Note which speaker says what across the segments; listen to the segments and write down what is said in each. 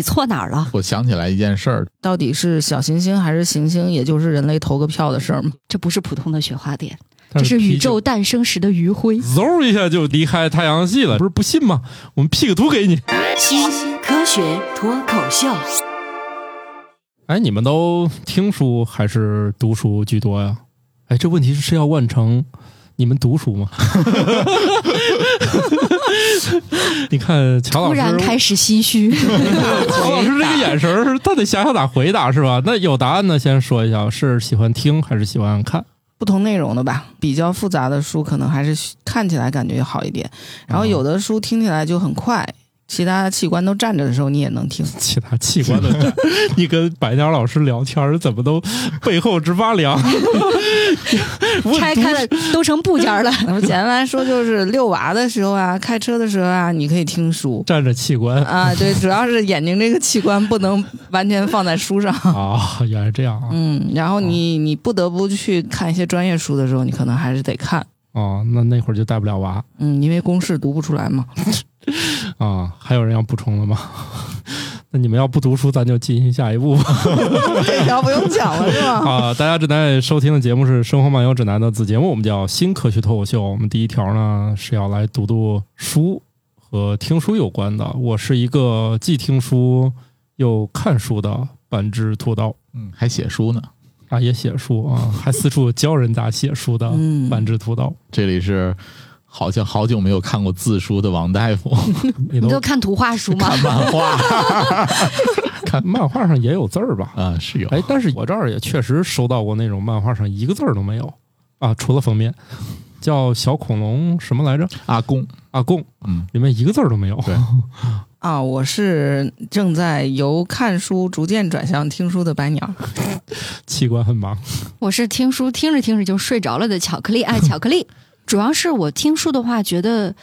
Speaker 1: 你错哪儿了？
Speaker 2: 我想起来一件事儿，
Speaker 3: 到底是小行星还是行星，也就是人类投个票的事儿嘛。
Speaker 1: 这不是普通的雪花点，这
Speaker 4: 但
Speaker 1: 是宇
Speaker 4: 啤酒
Speaker 1: 宙诞生时的余晖。
Speaker 4: 嗖一下就离开太阳系了，不是不信吗？我们 P 个图给你。
Speaker 5: 新科学脱口秀，
Speaker 4: 哎，你们都听书还是读书居多呀？哎，这问题是要问成你们读书吗？ 你看乔
Speaker 1: 突
Speaker 4: 老师，
Speaker 1: 然开始心虚，
Speaker 4: 乔老师这个眼神儿，他得想想咋回答是吧？那有答案的先说一下，是喜欢听还是喜欢看？
Speaker 3: 不同内容的吧，比较复杂的书可能还是看起来感觉好一点，然后有的书听起来就很快，其他器官都站着的时候你也能听。
Speaker 4: 其他器官的展， 你跟白鸟老师聊天儿怎么都背后直发凉？ 我
Speaker 1: 拆开了都成部件了。
Speaker 3: 那么简单来说就是遛娃的时候啊，开车的时候啊，你可以听书
Speaker 4: 站着器官
Speaker 3: 啊，对，主要是眼睛这个器官不能完全放在书上。
Speaker 4: 啊， 原来这样啊！
Speaker 3: 嗯，然后你你不得不去看一些专业书的时候，你可能还是得看，
Speaker 4: 哦，那那会儿就带不了娃
Speaker 3: 嗯，因为公式读不出来嘛。
Speaker 4: 啊。还有人要补充的吗？ 那你们要不读书，咱就进行下一步吧。
Speaker 3: 这条不用讲了是吗？
Speaker 4: 啊，大家正在收听的节目是《生活漫游指南》的子节目，我们叫新科学脱口秀。我们第一条呢是要来读读书和听书有关的。我是一个既听书又看书的半只土豆
Speaker 2: 嗯，还写书呢。
Speaker 4: 啊，也写书啊，还四处教人咋写书的
Speaker 3: 嗯
Speaker 4: 半只土豆。
Speaker 2: 这里是好像好久没有看过字书的王 大夫，
Speaker 4: 你
Speaker 1: 你
Speaker 4: 都
Speaker 1: 就看图画书吗？
Speaker 2: 看漫画
Speaker 4: 看漫画上也有字儿吧？
Speaker 2: 啊，是有。
Speaker 4: 哎，但是我这儿也确实收到过那种漫画上一个字儿都没有啊，除了封面，叫小恐龙什么来着？
Speaker 2: 阿公，
Speaker 4: 阿贡
Speaker 2: 嗯，
Speaker 4: 里面一个字儿都没有。
Speaker 2: 对
Speaker 3: 啊，我是正在由看书逐渐转向听书的白鸟。
Speaker 4: 器官很忙。
Speaker 1: 我是听书听着听着就睡着了的巧克力爱巧克力。主要是我听书的话，觉得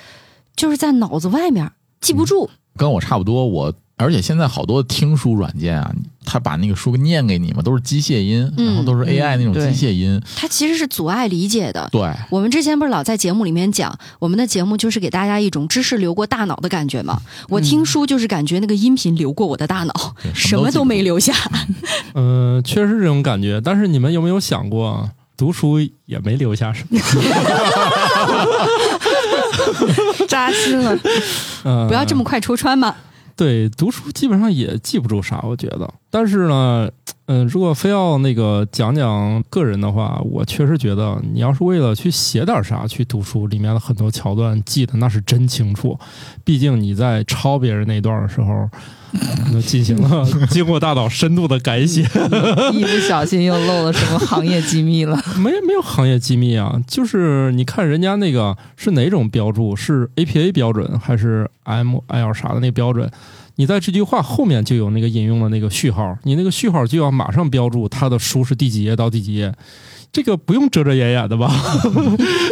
Speaker 1: 就是在脑子外面记不住，
Speaker 2: 跟我差不多。我而且现在好多听书软件啊，它把那个书念给你嘛，都是机械音，
Speaker 1: 嗯
Speaker 2: 然后都是 AI 那种
Speaker 3: 对
Speaker 2: 机械音。
Speaker 1: 它其实是阻碍理解的。
Speaker 2: 对，
Speaker 1: 我们之前不是老在节目里面讲，我们的节目就是给大家一种知识流过大脑的感觉嘛。我听书就是感觉那个音频流过我的大脑，
Speaker 2: 对
Speaker 1: 什么
Speaker 2: 记
Speaker 1: 都
Speaker 2: 不
Speaker 1: 没
Speaker 2: 住
Speaker 1: 留下。
Speaker 4: 嗯，确实这种感觉。但是你们有没有想过，读书也没留下什么？
Speaker 3: 扎 心了。
Speaker 4: 嗯，
Speaker 1: 不要这么快戳穿嘛。
Speaker 4: 对，读书基本上也记不住啥，我觉得。但是呢，嗯、如果非要那个讲讲个人的话，我确实觉得，你要是为了去写点啥去读书，里面的很多桥段记得那是真清楚。毕竟你在抄别人那段的时候，你就进行了 经过大脑深度的改写。
Speaker 3: 一不小心又漏了什么行业机密 了。
Speaker 4: 没没有行业机密啊，就是你看人家那个是哪种标注，是 APA 标准还是 ML 啥的那个标准，你在这句话后面就有那个引用的那个序号，你那个序号就要马上标注它的书是第几页到第几页，这个不用遮遮掩掩的吧？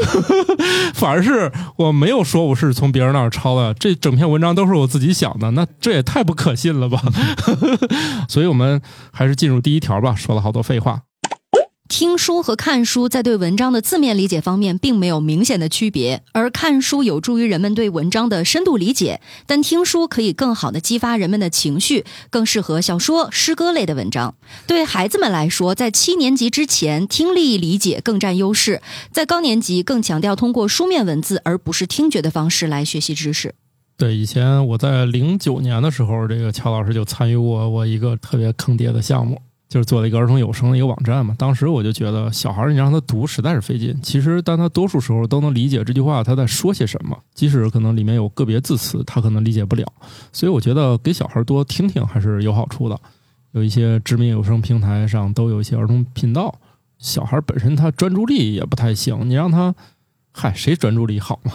Speaker 4: 反而是我没有说我是从别人那儿抄的，这整篇文章都是我自己想的，那这也太不可信了吧？ 所以我们还是进入第一条吧，说了好多废话。
Speaker 1: 听书和看书在对文章的字面理解方面并没有明显的区别，而看书有助于人们对文章的深度理解，但听书可以更好的激发人们的情绪，更适合小说、诗歌类的文章。对孩子们来说，在七年级之前，听力理解更占优势；在高年级，更强调通过书面文字而不是听觉的方式来学习知识。
Speaker 4: 对，以前我在零九年的时候，这个乔老师就参与过我一个特别坑爹的项目，就是做了一个儿童有声的一个网站嘛。当时我就觉得，小孩儿你让他读实在是费劲。其实，但他多数时候都能理解这句话他在说些什么，即使可能里面有个别字词，他可能理解不了。所以，我觉得给小孩儿多听听还是有好处的。有一些知名有声平台上都有一些儿童频道，小孩儿本身他专注力也不太行，你让他，嗨，谁专注力好嘛？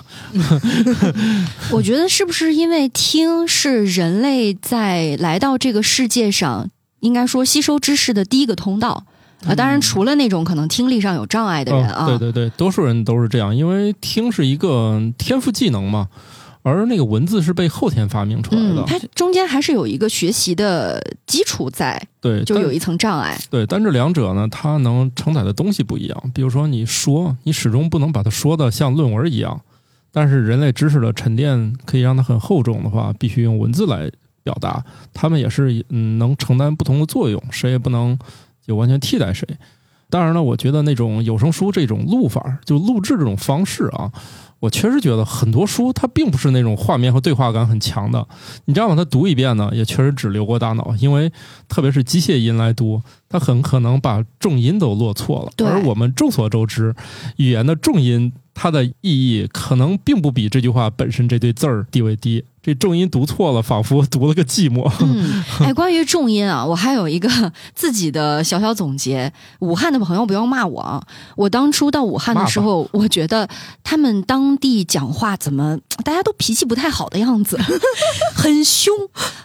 Speaker 1: 我觉得是不是因为听是人类在来到这个世界上，应该说吸收知识的第一个通道啊？当然，除了那种可能听力上有障碍的人啊，
Speaker 4: 嗯嗯。对对对，多数人都是这样，因为听是一个天赋技能嘛，而那个文字是被后天发明出来的。
Speaker 1: 嗯，它中间还是有一个学习的基础在，
Speaker 4: 对，
Speaker 1: 就
Speaker 4: 但
Speaker 1: 有一层障 碍。
Speaker 4: 对，但这两者呢，它能承载的东西不一样。比如说，你说，你始终不能把它说的像论文一样，但是人类知识的沉淀可以让它很厚重的话，必须用文字来。表达，他们也是嗯能承担不同的作用，谁也不能就完全替代谁。当然了，我觉得那种有声书这种录法，就录制这种方式啊，我确实觉得很多书它并不是那种画面和对话感很强的。你这样把它读一遍呢，也确实只流过大脑，因为特别是机械音来读，它很可能把重音都落错了。
Speaker 1: 对
Speaker 4: 而我们众所周知，语言的重音它的意义可能并不比这句话本身这对字儿地位低。这重音读错了，仿佛读了个寂寞。
Speaker 1: 嗯，哎，关于重音啊，我还有一个自己的小小总结。武汉的朋友不要骂我啊！我当初到武汉的时候，我觉得他们当地讲话怎么大家都脾气不太好的样子， 很凶。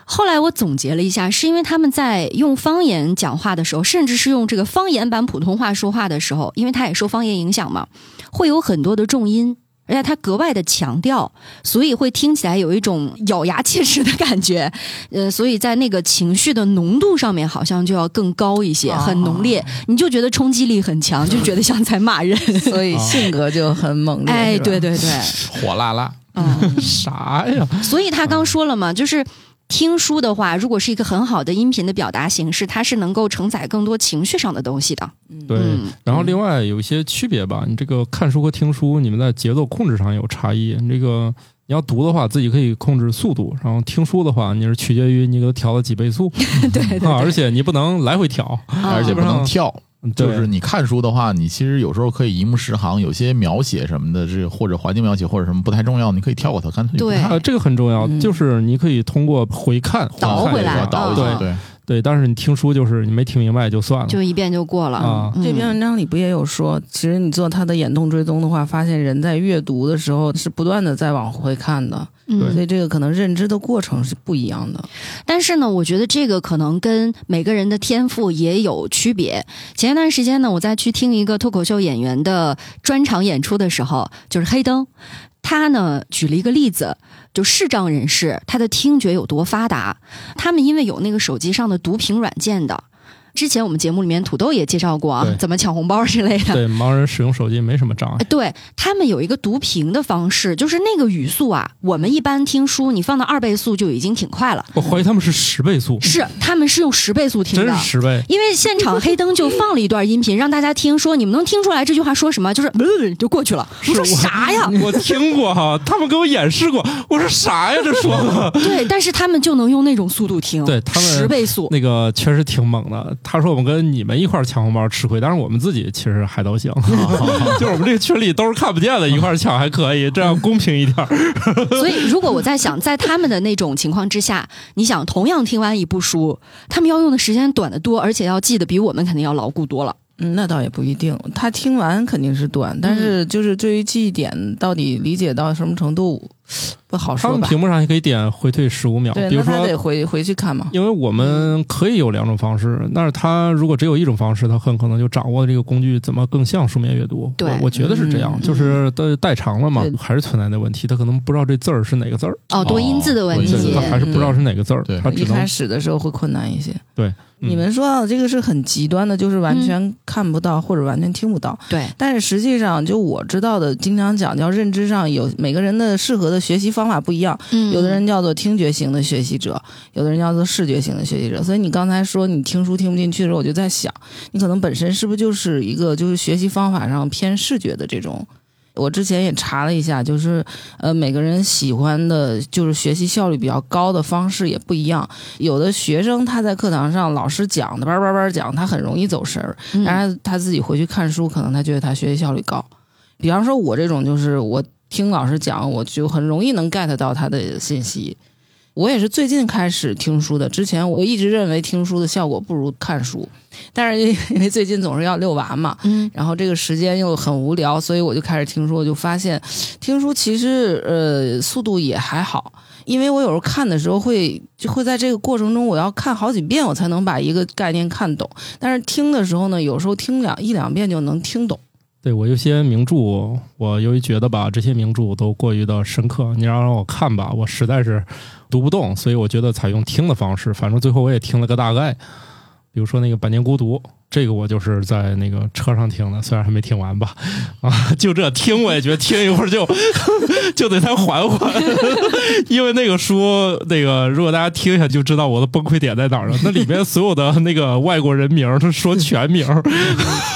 Speaker 1: 后来我总结了一下，是因为他们在用方言讲话的时候，甚至是用这个方言版普通话说话的时候，因为它也受方言影响嘛，会有很多的重音。而且它格外的强调，所以会听起来有一种咬牙切齿的感觉。 呃，所以在那个情绪的浓度上面，好像就要更高一些，
Speaker 3: 哦
Speaker 1: 很浓烈，你就觉得冲击力很强，就觉得像在骂人。
Speaker 3: 所以性格就很猛烈。
Speaker 1: 哎，
Speaker 3: 是吧
Speaker 1: 对，对对，
Speaker 2: 火辣辣，
Speaker 1: 嗯，
Speaker 4: 啥呀？
Speaker 1: 所以他刚说了嘛，就是。听书的话，如果是一个很好的音频的表达形式，它是能够承载更多情绪上的东西的。
Speaker 4: 对，
Speaker 1: 嗯
Speaker 4: 然后另外有一些区别吧，你这个看书和听书，你们在节奏控制上有差异。你这个你要读的话，自己可以控制速度；然后听书的话，你是取决于你给它调了几倍速
Speaker 1: 对 对对，
Speaker 4: 啊，而且你不能来回调。
Speaker 1: 啊
Speaker 2: 而且不能跳。就
Speaker 4: 嗯对
Speaker 2: 是你看书的话，你其实有时候可以一目十行，有些描写什么的，这或者环境描写或者什么不太重要，你可以跳过它，干脆就不
Speaker 1: 对
Speaker 2: 看
Speaker 4: 啊，这个很重要，
Speaker 3: 嗯
Speaker 4: 就是你可以通过回看
Speaker 1: 倒
Speaker 4: 回看
Speaker 1: 回来
Speaker 4: 一
Speaker 2: 要
Speaker 4: 下
Speaker 2: 倒一
Speaker 1: 啊
Speaker 2: 下，对，
Speaker 4: 对，但是你听书就是你没听明白也就算了。
Speaker 1: 就一遍就过了。
Speaker 4: 啊
Speaker 1: 嗯
Speaker 3: 这篇文章里不也有说，其实你做他的眼动追踪的话，发现人在阅读的时候是不断的在往回看的，
Speaker 1: 嗯
Speaker 3: 所以这个可能认知的过程是不一样的。
Speaker 1: 但是呢，我觉得这个可能跟每个人的天赋也有区别。前一段时间呢，我在去听一个脱口秀演员的专场演出的时候，就是黑灯，他呢举了一个例子，就视障人士他的听觉有多发达，他们因为有那个手机上的读屏软件的。之前我们节目里面土豆也介绍过啊
Speaker 4: 对，
Speaker 1: 怎么抢红包之类的。
Speaker 4: 对，盲人使用手机没什么障碍
Speaker 1: 哎，。对他们有一个读屏的方式，就是那个语速啊，我们一般听书，你放到二倍速就已经挺快了。
Speaker 4: 我怀疑他们是十倍速，
Speaker 1: 是，他们是用十倍速听
Speaker 4: 真
Speaker 1: 的
Speaker 4: 是。十倍。
Speaker 1: 因为现场黑灯就放了一段音频，让大家听，说你们能听出来这句话说什么？就是、嗯、就过去了。我
Speaker 4: 是
Speaker 1: 说啥 呀？
Speaker 4: 我听过哈，他们给我演示过。我说啥呀？这说的。
Speaker 1: 对，但是他们就能用那种速度听，
Speaker 4: 对他们
Speaker 1: 十倍 速。
Speaker 4: 那个确实挺猛的。他说我们跟你们一块儿抢红包吃亏，但是我们自己其实还 都行， 就是我们这个群里都是看不见的，一块儿抢还可以，这样公平一 点儿。
Speaker 1: 所以，如果我在想，在他们的那种情况之下，你想同样听完一部书，他们要用的时间短得多，而且要记得比我们肯定要牢固多了。
Speaker 3: 嗯，那倒也不一定。他听完肯定是短，但是就是对于记忆点到底理解到什么程度，不好
Speaker 4: 他
Speaker 3: 说
Speaker 4: 们
Speaker 3: 吧。
Speaker 4: 屏幕上也可以点回退十五秒，
Speaker 3: 对，
Speaker 4: 比如
Speaker 3: 那他
Speaker 4: 说
Speaker 3: 得回回去看嘛。
Speaker 4: 因为我们可以有两种方式，但是他如果只有一种方式，他很可能就掌握了这个工具怎么更像书面阅读。
Speaker 1: 对
Speaker 4: 我我觉得是这样，
Speaker 3: 嗯
Speaker 4: 就是代代偿了嘛
Speaker 3: 对，
Speaker 4: 还是存在那问题，他可能不知道这字儿是哪个字儿，
Speaker 1: 哦，多音字的问
Speaker 2: 多
Speaker 1: 题
Speaker 2: 音字
Speaker 4: 对，他还是不知道是哪个字儿，
Speaker 2: 对
Speaker 4: 他
Speaker 3: 嗯一
Speaker 4: 只能
Speaker 3: 开始的时候会困难一些。
Speaker 4: 嗯
Speaker 3: 你们说到的这个是很极端的，就是完全看不到或者完全听不到。
Speaker 1: 对，
Speaker 3: 但是实际上，就我知道的，经常讲叫认知上有每个人的适合的学习方法不一样。
Speaker 1: 嗯
Speaker 3: 有的人叫做听觉型的学习者，有的人叫做视觉型的学习者。所以你刚才说你听书听不进去的时候，我就在想，你可能本身是不是就是一个就是学习方法上偏视觉的这种。我之前也查了一下，就是呃，每个人喜欢的就是学习效率比较高的方式也不一样。有的学生他在课堂上老师讲的叭叭叭讲，他很容易走神儿，
Speaker 1: 嗯
Speaker 3: 但是他自己回去看书，可能他觉得他学习效率高。比方说，我这种就是我听老师讲，我就很容易能 get 到他的信息。我也是最近开始听书的，之前我一直认为听书的效果不如看书，但是因为 因为最近总是要遛娃嘛，
Speaker 1: 嗯
Speaker 3: 然后这个时间又很无聊，所以我就开始听书，我就发现听书其实呃速度也还好，因为我有时候看的时候会就会在这个过程中，我要看好几遍我才能把一个概念看懂，但是听的时候呢，有时候听两一两遍就能听懂。
Speaker 4: 对我有些名著，我由于觉得吧，这些名著都过于的深刻，你要让我看吧，我实在是读不动，所以我觉得采用听的方式，反正最后我也听了个大概。比如说那个《百年孤独》，这个我就是在那个车上听的，虽然还没听完吧，啊，就这听我也觉得听一会儿就 就得再缓缓， 因为那个书那个如果大家听一下就知道我的崩溃点在哪儿了。那里面所有的那个外国人名儿是说全名儿，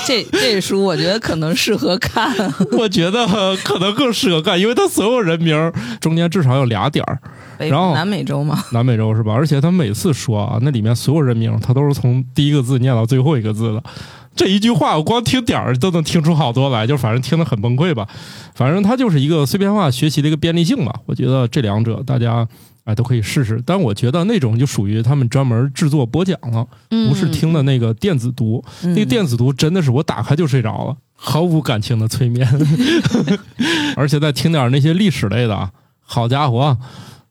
Speaker 3: 这这书我觉得可能适合看，
Speaker 4: 我觉得呃可能更适合干，因为他所有人名儿中间至少有俩点儿，
Speaker 3: 北
Speaker 4: 然后
Speaker 3: 南美洲嘛，
Speaker 4: 南美洲是吧？而且他每次说啊，那里面所有人名，他都是从第一个字念到最后一个字的。这一句话，我光听点儿都能听出好多来，就反正听得很崩溃吧。反正它就是一个碎片化学习的一个便利性吧。我觉得这两者大家哎都可以试试，但我觉得那种就属于他们专门制作播讲了，
Speaker 1: 嗯
Speaker 4: 不是听的那个电子读。
Speaker 3: 嗯
Speaker 4: 那个电子读真的是我打开就睡着了，毫无感情的催眠， 而且再听点那些历史类的啊，好家伙，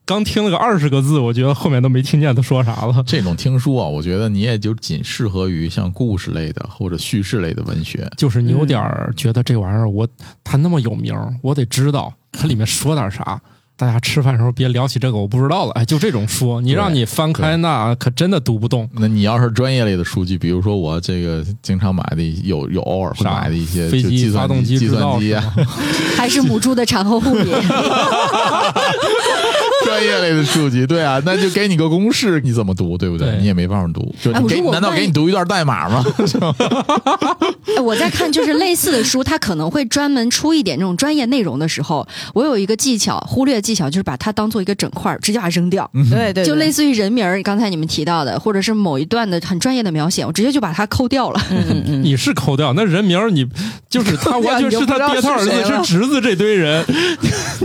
Speaker 4: 刚听了个二十个字，我觉得后面都没听见他说啥了。
Speaker 2: 这种听书啊，我觉得你也就仅适合于像故事类的或者叙事类的文学。
Speaker 4: 就是你有点儿觉得这玩意儿我他那么有名儿，我得知道它里面说点啥。大家吃饭时候别聊起这个，我不知道了。哎，就这种书，你让你翻开
Speaker 2: 对
Speaker 4: 那可真的读不动。
Speaker 2: 那你要是专业类的书籍，比如说我这个经常买的一有有偶尔会
Speaker 4: 啥
Speaker 2: 买的一些
Speaker 4: 飞
Speaker 2: 就
Speaker 4: 机
Speaker 2: 计
Speaker 4: 发
Speaker 2: 算
Speaker 4: 动
Speaker 2: 机、
Speaker 4: 机
Speaker 2: 计
Speaker 4: 制造
Speaker 2: 算机啊，
Speaker 1: 还是母猪的产后护理。
Speaker 2: 专业类的书籍，对啊，那就给你个公式，你怎么读，对不对？
Speaker 4: 对
Speaker 2: 你也没办法读，就
Speaker 1: 哎
Speaker 2: 你
Speaker 1: 我
Speaker 2: 给
Speaker 1: 如果
Speaker 2: 难道
Speaker 1: 万一
Speaker 2: 给你读一段代码 吗？
Speaker 1: 哎我在看就是类似的书，它可能会专门出一点这种专业内容的时候，我有一个技巧，忽略技巧就是把它当做一个整块儿，直接把它扔掉，
Speaker 3: 对对，
Speaker 1: 就类
Speaker 3: 嗯似
Speaker 1: 似于人名儿，刚才你们提到的，或者是某一段的很专业的描写，我直接就把它抠掉了。
Speaker 3: 嗯嗯
Speaker 4: 你是抠掉那人名儿，你就是他
Speaker 3: 抠掉
Speaker 1: 啊
Speaker 4: 完全是他爹、他儿
Speaker 3: 你就不
Speaker 4: 子、
Speaker 3: 知道
Speaker 4: 是
Speaker 3: 是
Speaker 4: 侄子这堆人。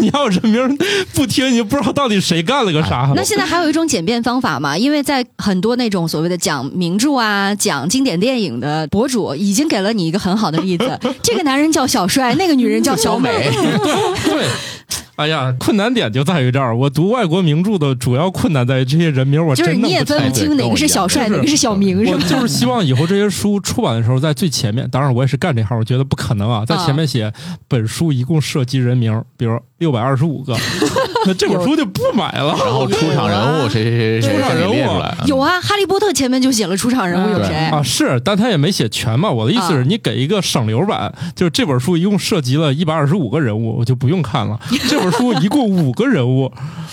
Speaker 4: 你要人名儿不听，你就不知道到底谁干了个啥。
Speaker 1: 啊那现在还有一种简便方法嘛？因为在很多那种所谓的讲名著啊、讲经典电影的博主，已经给了你一个很好的例子。这个男人叫小帅，那个女人叫小美。
Speaker 4: 对，哎呀，困难点就在于这儿。我读外国名著的主要困难在于这些人名儿，我
Speaker 1: 就是
Speaker 4: 真
Speaker 1: 你
Speaker 4: 弄
Speaker 1: 也
Speaker 4: 不
Speaker 1: 分
Speaker 4: 太
Speaker 1: 不
Speaker 2: 对
Speaker 1: 清哪
Speaker 2: 跟
Speaker 1: 个
Speaker 2: 我
Speaker 1: 是
Speaker 2: 一样
Speaker 1: 小帅，
Speaker 4: 就
Speaker 1: 哪
Speaker 4: 是
Speaker 1: 个是小明，是
Speaker 4: 我
Speaker 1: 吧？
Speaker 4: 就是希望以后这些书出版的时候，在最前面，当然我也是干这行，我觉得不可能啊，在前面写本书一共涉及人名，比如六百二十五个， 那这本书就不买了。
Speaker 2: 然后出场人物谁谁谁谁
Speaker 4: 出场
Speaker 2: 谁给
Speaker 4: 人
Speaker 2: 你列
Speaker 4: 物
Speaker 2: 出来，
Speaker 1: 有啊，《哈利波特》前面就写了出场人物有
Speaker 2: 对
Speaker 1: 谁，
Speaker 4: 嗯啊，是，但他也没写全嘛。我的意思是
Speaker 1: 啊
Speaker 4: 你给一个省流版，就是这本书一共涉及了一百二十五个人物，我就不用看了。这本书一共五个人物，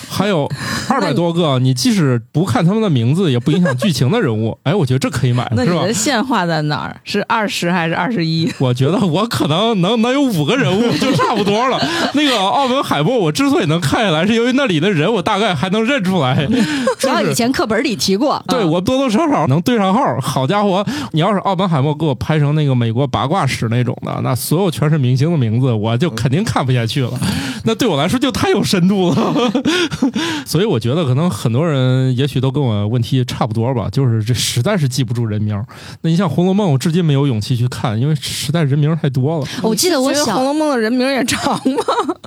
Speaker 4: 还有二百多个，你即使不看他们的名字，也不影响剧情的人物。哎，我觉得这可以买，
Speaker 3: 那
Speaker 4: 是
Speaker 3: 你
Speaker 4: 吧
Speaker 3: 的？线画在哪儿？是二十还是二十一？
Speaker 4: 我觉得我可能能能有五个人物就差不多了。那个奥本海默，我之所以能看下来，是因为那里的人我大概还能认出来。
Speaker 1: 主要以前课本里提过。
Speaker 4: 对
Speaker 1: 啊
Speaker 3: 嗯
Speaker 4: 我多多少少能对上号。好家伙，你要是奥本海默给我拍成那个美国八卦史那种的，那所有全是明星的名字，我就肯定看不下去了。
Speaker 3: 嗯
Speaker 4: 那对我来说就太有深度 了。所以我觉得可能很多人也许都跟我问题差不多吧，就是这实在是记不住人名儿。那你像《红楼梦》，我至今没有勇气去看，因为实在人名儿太多了。
Speaker 1: 啊我记得我
Speaker 3: 你是觉《红
Speaker 1: 小
Speaker 3: 楼梦》的人名也长吗？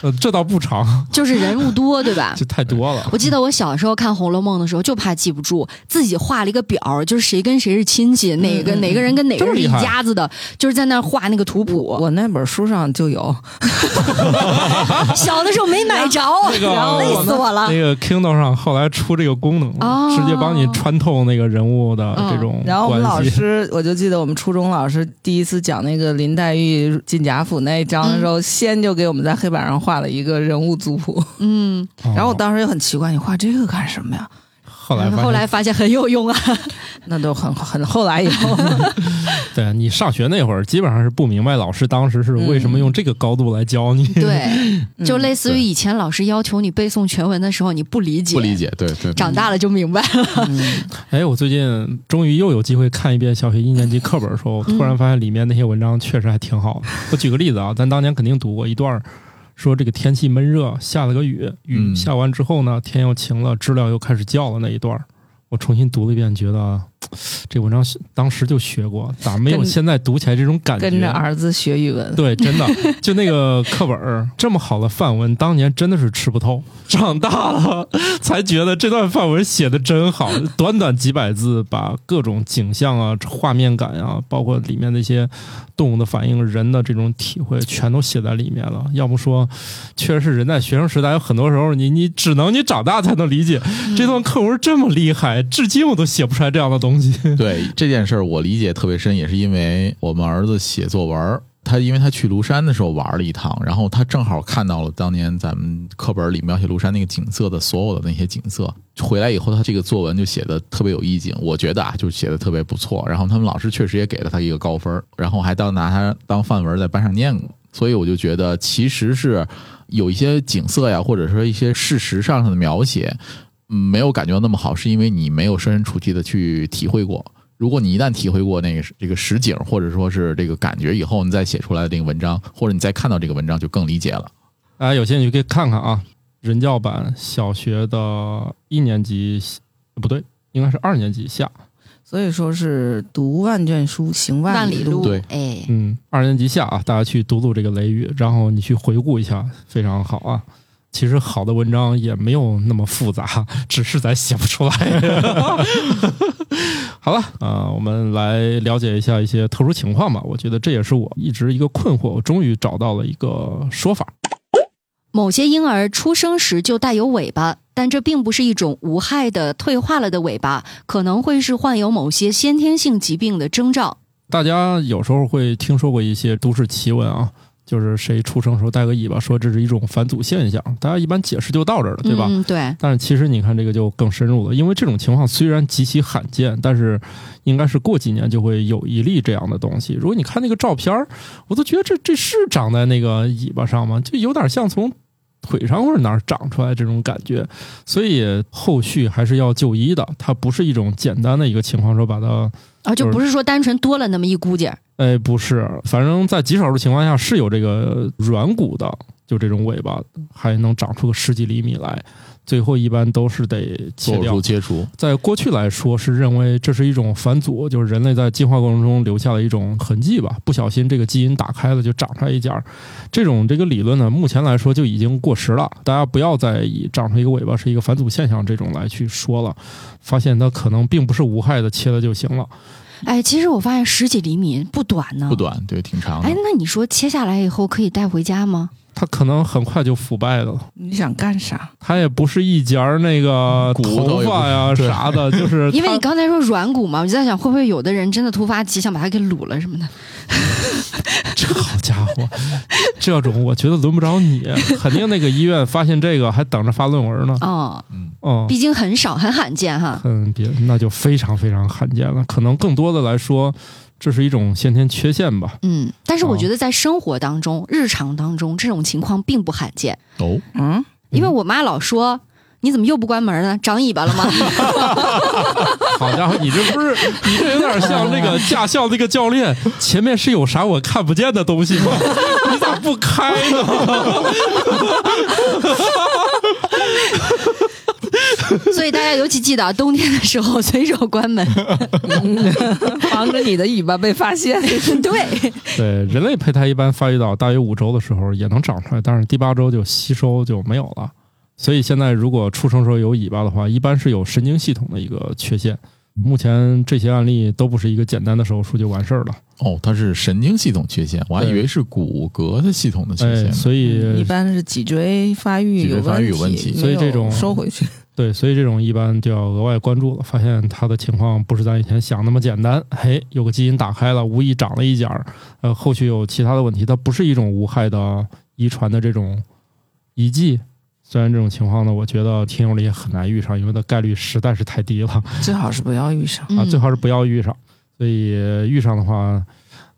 Speaker 4: 呃，这倒不长，
Speaker 3: 啊
Speaker 1: 就是人物多，对吧？
Speaker 4: 就太多了。
Speaker 1: 我记得我小时候看《红楼梦》的时候，就怕记不住，自己画了一个表儿，就是谁跟谁是亲戚，哪个
Speaker 3: 嗯
Speaker 1: 哪个人跟哪个人是一
Speaker 4: 这么厉害
Speaker 1: 家子的，就是在那儿画那个图谱。
Speaker 3: 我那本书上就有，
Speaker 1: 小的时候没买着，啊
Speaker 4: 那个
Speaker 1: 然后累死我了
Speaker 4: 那。
Speaker 3: 啊
Speaker 4: 个 Kindle 上后来出这个功能了，
Speaker 1: 哦
Speaker 4: 直接帮你穿透那个人物的这嗯种关
Speaker 3: 嗯
Speaker 4: 系。
Speaker 3: 然后我们老师，我就记得我们初中老师第一次讲那个林黛玉进贾府那一章的时候，先就给我们在黑板上画了一个人物族谱。
Speaker 1: 嗯，
Speaker 4: 哦
Speaker 3: 然后我当时也很奇怪，你画这个干什么呀？
Speaker 4: 后来发 现
Speaker 1: 后来发现很有用啊。
Speaker 3: 那都很很后来以 后，
Speaker 4: 对你上学那会儿，基本上是不明白老师当时是为什么用这个高度来教你。
Speaker 1: 对，
Speaker 3: 嗯
Speaker 1: 就类似于以前老师要求你背诵全文的时候，你不理解，
Speaker 2: 不理解，对对。对
Speaker 1: 长大了就明白了。
Speaker 3: 嗯
Speaker 4: 哎，我最近终于又有机会看一遍小学一年级课本的时候，突然发现里面那些文章确实还挺好的。 我举个例子啊，咱当年肯定读过一段儿，说这个天气闷热，下了个雨，雨
Speaker 2: 嗯
Speaker 4: 下完之后呢，天又晴了，知了又开始叫了那一段儿。我重新读了一遍，觉得这文章是当时就学过，咋没有
Speaker 3: 跟
Speaker 4: 现在读起来这种感觉？
Speaker 3: 跟着儿子学语文。
Speaker 4: 对，真的，就那个课本儿，这么好的范文，当年真的是吃不透。长大了才觉得这段范文写的真好，短短几百字，把各种景象啊、画面感啊，包括里面那些动物的反应、人的这种体会，全都写在里面了。要不说，确实是人在学生时代，有很多时候你你只能你长大才能理解这段课文这么厉害，至今我都写不出来这样的东东西。
Speaker 2: 对这件事儿，我理解特别深，也是因为我们儿子写作文儿，他因为他去庐山的时候玩了一趟，然后他正好看到了当年咱们课本里描写庐山那个景色的所有的那些景色，回来以后他这个作文就写的特别有意境，我觉得啊，就写的特别不错。然后他们老师确实也给了他一个高分儿，然后还当拿他当范文在班上念过，所以我就觉得其实是有一些景色呀，或者说一些事实上的描写，嗯，没有感觉到那么好，是因为你没有设身处地的去体会过。如果你一旦体会过那个这个实景，或者说是这个感觉以后，你再写出来的这个文章，或者你再看到这个文章，就更理解了。
Speaker 4: 大家有兴趣可以看看啊，人教版小学的一年级呃不对，应该是二年级以下，
Speaker 3: 所以说是读万卷书，行
Speaker 1: 万
Speaker 3: 里
Speaker 1: 里路
Speaker 2: 对，
Speaker 1: 哎，
Speaker 4: 嗯，二年级以下啊，大家去读读这个《雷雨》，然后你去回顾一下，非常好啊。其实好的文章也没有那么复杂， 只是咱写不出来。 好了，啊、我们来了解一下一些特殊情况吧。我觉得这也是我一直一个困惑，我终于找到了一个说法。
Speaker 1: 某些婴儿出生时就带有尾巴，但这并不是一种无害的退化了的尾巴，可能会是患有某些先天性疾病的征兆。
Speaker 4: 大家有时候会听说过一些都市奇闻啊，就是谁出生时候带个尾巴，说这是一种返祖现象。大家一般解释就到这儿了，对吧？
Speaker 1: 嗯，对，
Speaker 4: 但是其实你看这个就更深入了，因为这种情况虽然极其罕见，但是应该是过几年就会有一例这样的东西。如果你看那个照片儿，我都觉得这这是长在那个尾巴上吗？就有点像从腿上或者哪儿长出来这种感觉，所以后续还是要就医的。它不是一种简单的一个情况说把它。
Speaker 1: 啊，就
Speaker 4: 就是
Speaker 1: 不是说单纯多了那么一估计儿。
Speaker 4: 哎，不是，反正在极少数情况下是有这个软骨的，就这种尾巴还能长出个十几厘米来，最后一般都是得
Speaker 2: 做
Speaker 4: 切
Speaker 2: 手
Speaker 4: 掉
Speaker 2: 术。切除，
Speaker 4: 在过去来说，是认为这是一种返祖，就是人类在进化过程中留下的一种痕迹吧。不小心这个基因打开了，就长出来一截儿。这种这个理论呢，目前来说就已经过时了。大家不要再以长出一个尾巴是一个返祖现象这种来去说了，发现它可能并不是无害的，切了就行了。
Speaker 1: 哎，其实我发现十几厘米不短
Speaker 4: 嗯
Speaker 1: 呢，
Speaker 2: 不。短，对，挺
Speaker 4: 啊
Speaker 2: 长的
Speaker 1: 哎，。那你说切下来以后可以带回家吗？
Speaker 4: 它可能很快就腐败了。
Speaker 3: 你想干啥？
Speaker 4: 它也不是一截儿那个
Speaker 2: 骨头
Speaker 4: 头发呀
Speaker 2: 也不是对
Speaker 4: 啥 的，就是
Speaker 1: 因为
Speaker 4: 它
Speaker 1: 你刚才说软骨嘛，我就在想会不会有的人真的突发奇想把它给撸了什 么的。
Speaker 4: 这好家伙，这种我觉得轮不 着你，肯定那个医院发现这个还等着发论文呢。
Speaker 1: 哦，
Speaker 2: 嗯，
Speaker 4: 嗯，
Speaker 1: 毕竟很少，很罕见哈。
Speaker 4: 很别那就非常非常罕见了，可能更多的来说，这是一种先天缺陷 吧。
Speaker 1: 嗯，但是我
Speaker 4: 哦
Speaker 1: 觉得在生活当中、日常当中，这种情况并不罕见。
Speaker 2: 哦，
Speaker 3: 嗯，
Speaker 1: 因为我妈老说：“你怎么又不关门呢？长尾巴了吗
Speaker 4: 好家伙，你这不是你这有点像那个驾校那个教练，前面是有啥我看不见的东西吗？ 你咋不开呢？？”
Speaker 1: 所以大家尤其记得啊冬天的时候随手关门。
Speaker 3: 防着你的尾巴被发现。
Speaker 1: 对，
Speaker 4: 对，人类胚胎一般发育到大约五周的时候也能长出来，但是第八周就吸收就没有了。所以现在如果出生时候有尾巴的话，一般是有神经系统的一个缺陷。目前这些案例都不是一个简单的手术就完事儿了，
Speaker 2: 哦，它是神经系统缺陷，我还以为是骨骼的系统的缺
Speaker 4: 哎，
Speaker 2: 陷。
Speaker 4: 所
Speaker 3: 嗯一
Speaker 4: 以
Speaker 3: 般是脊椎发育
Speaker 2: 脊椎
Speaker 3: 有
Speaker 2: 发育有问
Speaker 3: 问
Speaker 2: 题
Speaker 3: 没
Speaker 4: 所以
Speaker 3: 有
Speaker 4: 这种
Speaker 3: 收 回去。
Speaker 4: 对，所以这种一般就要额外关注了。发现他的情况不是咱以前想那么简单，嘿，有个基因打开了，无意长了一角儿，呃，后续有其他的问题，它不是一种无害的遗传的这种遗迹。虽然这种情况呢，我觉得听友里也很难遇上，因为它概率实在是太低了。
Speaker 3: 最好是不要遇上。
Speaker 4: 啊，
Speaker 1: 嗯
Speaker 4: 最好是不要遇上。所以遇上的话，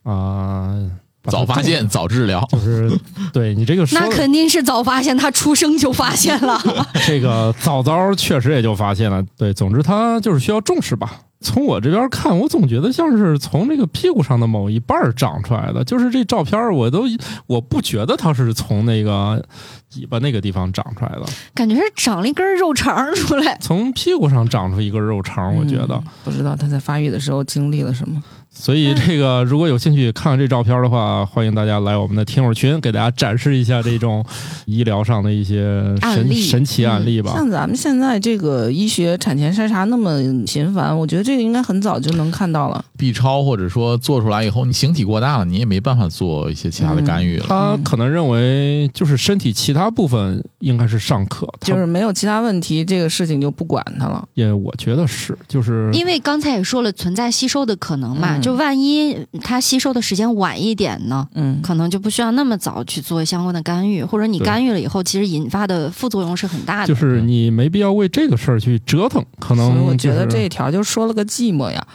Speaker 4: 啊、把它
Speaker 2: 早发现，早治疗，
Speaker 4: 就是对你这个 说
Speaker 1: 那
Speaker 4: 的
Speaker 1: 肯定是早发现，他出生就发现了。
Speaker 4: 这个早早确实也就发现了。对，总之它就是需要重视吧。从我这边看，我总觉得像是从这个屁股上的某一半儿长出来的，就是这照片儿我都我不觉得它是从那个尾巴那个地方长出来的，
Speaker 1: 感觉是长了一根肉肠儿出来。
Speaker 4: 从屁股上长出一根肉肠儿，我觉得。
Speaker 3: 嗯不知道他在发育的时候经历了什么。
Speaker 4: 所以这个如果有兴趣看看这照片的话，欢迎大家来我们的听友群，给大家展示一下这种医疗上的一些
Speaker 1: 案
Speaker 4: 神
Speaker 1: 例嗯
Speaker 4: 神奇案例吧。
Speaker 3: 像咱们现在这个医学产前筛查那么频繁，我觉得这个应该很早就能看到了。
Speaker 2: B 超或者说做出来以后，你形体过大了，你也没办法做一些其他的干预了。
Speaker 4: 他可能认为就是身体其他部分应该是尚可，
Speaker 3: 就
Speaker 4: 他
Speaker 3: 是没有其他问题，这个事情就不管它了。
Speaker 4: 也我觉得是，就是
Speaker 1: 因为刚才也说了存在吸收的可能嘛，
Speaker 3: 嗯
Speaker 1: 就万一它吸收的时间晚一点呢，
Speaker 3: 嗯，
Speaker 1: 可能就不需要那么早去做相关的干预，或者你
Speaker 4: 对
Speaker 1: 干预了以后，其实引发的副作用是很大的。
Speaker 4: 就是你没必要为这个事儿去折腾，可
Speaker 3: 所以
Speaker 4: 能
Speaker 3: 我
Speaker 4: 就
Speaker 3: 觉得
Speaker 4: 是
Speaker 3: 这一条就说了个寂寞呀。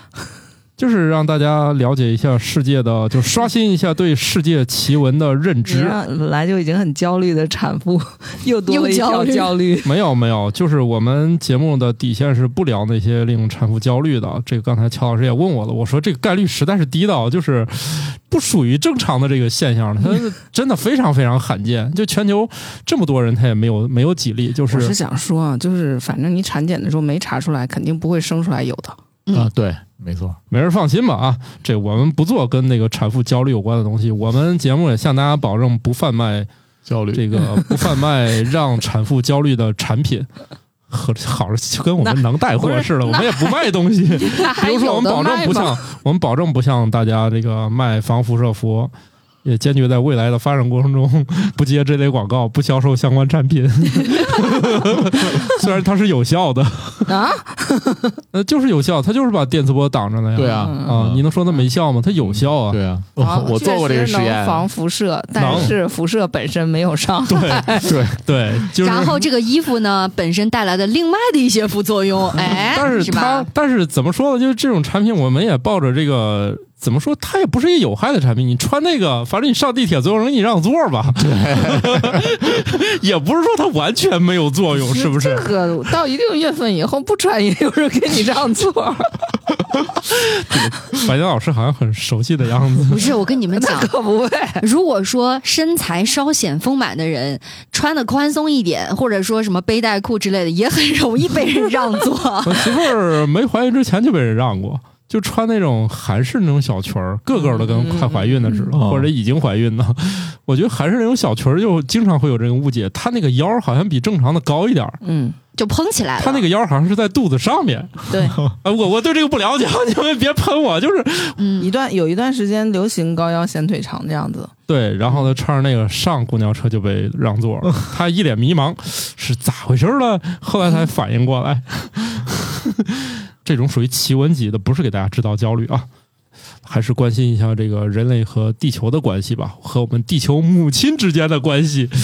Speaker 4: 就是让大家了解一下世界的，就刷新一下对世界奇闻的认
Speaker 3: 你
Speaker 4: 知。
Speaker 3: 让本来就已经很焦虑的产妇 又多了一
Speaker 1: 又焦
Speaker 3: 条
Speaker 1: 虑
Speaker 3: 焦虑。
Speaker 4: 没有没有，就是我们节目的底线是不聊那些令产妇焦虑的。这个刚才乔老师也问我了，我说这个概率实在是低到就是不属于正常的这个现 象，它是真的非常非常罕见。就全球这么多人，他也没有没有几例，就
Speaker 3: 我是
Speaker 4: 是
Speaker 3: 想说啊，就是反正你产检的时候没查出来，肯定不会生出来有的。
Speaker 1: 嗯
Speaker 2: 啊，对，没错。
Speaker 4: 没人放心吧啊。这我们不做跟那个产妇焦虑有关的东西，我们节目也向大家保证不贩卖
Speaker 2: 焦虑，
Speaker 4: 这个不贩卖让产妇焦虑的产品。和好着就跟我们能带货似的，我们也不卖东 西。 比
Speaker 3: 那还
Speaker 4: 如说，我们保证不向我们保证不向大家这个卖防辐射服，也坚决在未来的发展过程中不接这类广告，不销售相关产品。 虽然它是有效的，
Speaker 3: 啊？
Speaker 4: 呃，就是有效，它就是把电磁波挡着了呀。
Speaker 2: 对啊，
Speaker 3: 嗯
Speaker 4: 啊，你能说它没效吗？它有效啊。
Speaker 2: 对啊，我
Speaker 3: 好
Speaker 2: 我做过这个实
Speaker 3: 哦确
Speaker 2: 验
Speaker 3: 能，防辐射，但是辐射本身没有伤害。
Speaker 2: 对，
Speaker 4: 对，就是
Speaker 1: 然后这个衣服呢本身带来的另外的一些副作 用，哎，
Speaker 4: 但
Speaker 1: 是
Speaker 4: 是它，
Speaker 1: 吧？
Speaker 4: 但是怎么说呢？就是这种产品，我们也抱着这个怎么说，它也不是一个有害的产品。你穿那个，反正你上地铁总有人给你让座吧。 也不是说它完全没有作用， 是不
Speaker 3: 这
Speaker 4: 是？
Speaker 3: 个到一定月份以后不穿也有人给你让座，
Speaker 4: 白岩老师好像很熟悉的样子。
Speaker 1: 不是，我跟 你们
Speaker 3: 那
Speaker 1: 讲，
Speaker 3: 可不会。
Speaker 1: 如果说身材稍显丰满的人穿的宽松一点，或者说什么背带裤之类的，也很容易被人让座。
Speaker 4: 我媳妇儿没怀孕之前就被人让过，就穿那种韩式那种小裙儿，个个的跟快怀孕的似的，
Speaker 2: 嗯
Speaker 4: 或者已经怀孕的。我觉得韩式那种小裙儿就经常会有这个误解，她那个腰儿好像比正常的高一点儿，
Speaker 3: 嗯，
Speaker 1: 就蓬起来了。
Speaker 4: 她那个腰儿好像是在肚子上面。
Speaker 3: 对，
Speaker 4: 啊，我我对这个不了解， 你们别喷我。就是
Speaker 1: 嗯
Speaker 3: 一段有一段时间流行高腰显腿长这样子，
Speaker 4: 对，然后呢，穿着那个上公交车就被让座了，他一脸迷茫，是咋回事儿呢？后来才反应过来， 这种属于奇闻级的，不是给大家制造焦虑啊，还是关心一下这个人类和地球的关系吧，和我们地球母亲之间的关系。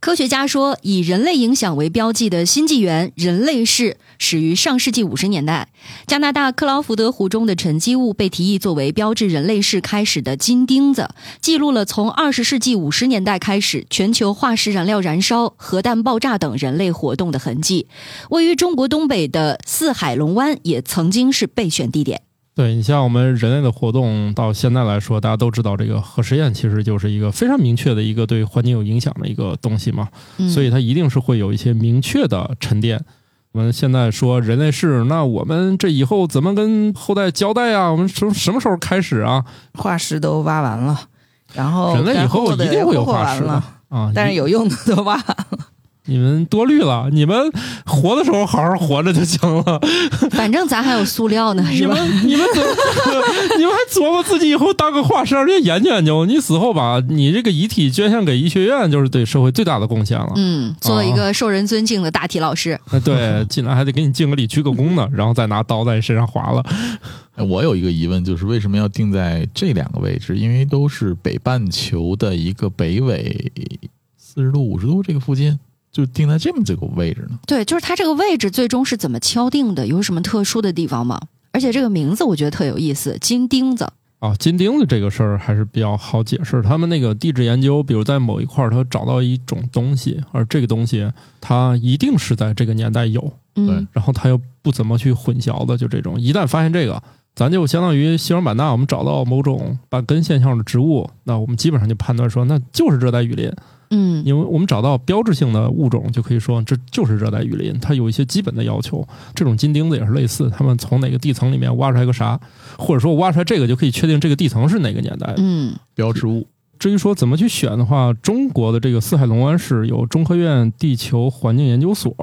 Speaker 1: 科学家说，以人类影响为标记的新纪元人类世始于上世纪五十年代。加拿大克劳福德湖中的沉积物被提议作为标志人类世开始的金钉子，记录了从二十世纪五十年代开始全球化石燃料燃烧、核弹爆炸等人类活动的痕迹。位于中国东北的四海龙湾也曾经是备选地点。
Speaker 4: 对你像我们人类的活动到现在来说，大家都知道这个核实验其实就是一个非常明确的一个对环境有影响的一个东西嘛。
Speaker 1: 嗯
Speaker 4: 所以它一定是会有一些明确的沉淀。我们现在说人类是，那我们这以后怎么跟后代交代啊？我们从什么时候开始啊？
Speaker 3: 化石都挖完了，然后
Speaker 4: 人类以后
Speaker 3: 哦该霍霍的
Speaker 4: 一定会有
Speaker 3: 也霍霍
Speaker 4: 化石
Speaker 3: 完
Speaker 4: 的
Speaker 3: 了，
Speaker 4: 啊，
Speaker 3: 但是有用的都挖完了。
Speaker 4: 你你们多虑了，你们活的时候好好活着就行 了。
Speaker 1: 嗯反正咱还有塑料 呢，
Speaker 4: 你
Speaker 1: 是吧？
Speaker 4: 们你们怎么你们还琢磨自己以后当个化石，而且研究研究，你死后把你这个遗体捐献给医学院，就是对社会最大的贡献了。
Speaker 1: 嗯，做一
Speaker 4: 哦
Speaker 1: 个受人尊敬的大体老师。
Speaker 3: 嗯
Speaker 4: 那对，进来还得给你敬个礼、鞠个躬呢，然后再拿刀在你身上划了。
Speaker 2: 哎我有一个疑问，就是为什么要定在这两个位置？因为都是北半球的一个北纬四十度、五十度这个附近，就定在这么这个位置呢？
Speaker 1: 对，就是它这个位置最终是怎么敲定的？有什么特殊的地方吗？而且这个名字我觉得特有意思，金钉子。
Speaker 4: 啊，金钉子这个事儿还是比较好解释。他们那个地质研究，比如在某一块儿，他找到一种东西，而这个东西它一定是在这个年代有，
Speaker 1: 嗯，
Speaker 4: 然后他又不怎么去混淆的，就这种。一旦发现这个，咱就相当于西双版纳，我们找到某种板根现象的植物，那我们基本上就判断说，那就是热带雨林。
Speaker 1: 嗯，
Speaker 4: 因为我们找到标志性的物种，就可以说这就是热带雨林，它有一些基本的要求。这种金钉子也是类似，他们从哪个地层里面挖出来个啥，或者说我挖出来这个就可以确定这个地层是哪个年代的。
Speaker 1: 嗯，
Speaker 2: 标志物，
Speaker 4: 至于说怎么去选的话，中国的这个四海龙湾市有中科院地球环境研究所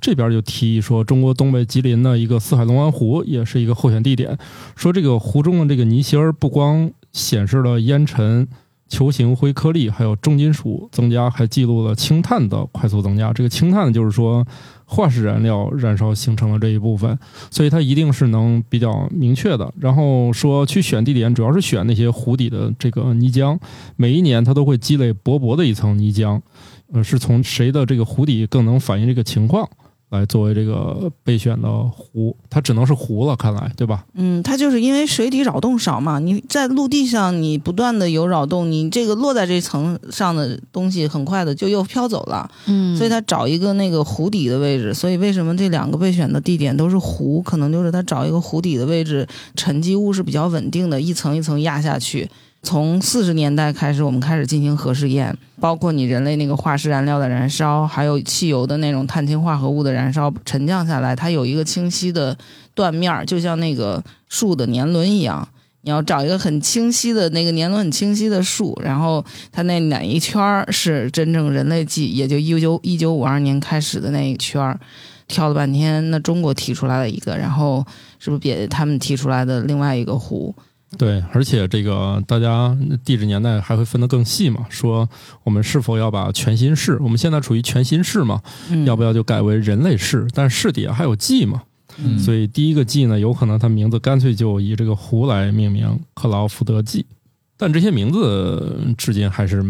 Speaker 4: 这边就提议说，中国东北吉林的一个四海龙湾湖也是一个候选地点。说这个湖中的这个泥芯儿不光显示了烟尘、球形灰颗粒，还有重金属增加，还记录了氢碳的快速增加。这个氢碳就是说化石燃料燃烧形成的这一部分，所以它一定是能比较明确的。然后说去选地点，主要是选那些湖底的这个泥浆，每一年它都会积累薄薄的一层泥浆，呃，是从谁的这个湖底更能反映这个情况。来作为这个备选的湖，它只能是湖了，看来对吧？
Speaker 3: 嗯，它就是因为水底扰动少嘛，你在陆地上你不断的有扰动，你这个落在这层上的东西很快的就又飘走了，
Speaker 1: 嗯，
Speaker 3: 所以它找一个那个湖底的位置。所以为什么这两个备选的地点都是湖？可能就是它找一个湖底的位置，沉积物是比较稳定的，一层一层压下去。从四十年代开始，我们开始进行核试验，包括你人类那个化石燃料的燃烧，还有汽油的那种碳氢化合物的燃烧，沉降下来，它有一个清晰的断面儿，就像那个树的年轮一样。你要找一个很清晰的那个年轮很清晰的树，然后它那哪一圈儿是真正人类记，也就一九一九五二年开始的那一圈儿，挑了半天，那中国提出来了一个，然后是不是别他们提出来的另外一个湖？
Speaker 4: 对，而且这个大家地质年代还会分得更细嘛，说我们是否要把全新市，我们现在处于全新市嘛，
Speaker 3: 嗯，
Speaker 4: 要不要就改为人类市？但市底下还有纪嘛，
Speaker 2: 嗯
Speaker 4: 所以第一个纪呢，有可能它名字干脆就以这个湖来命名，克劳福德纪。但这些名字嗯至今还是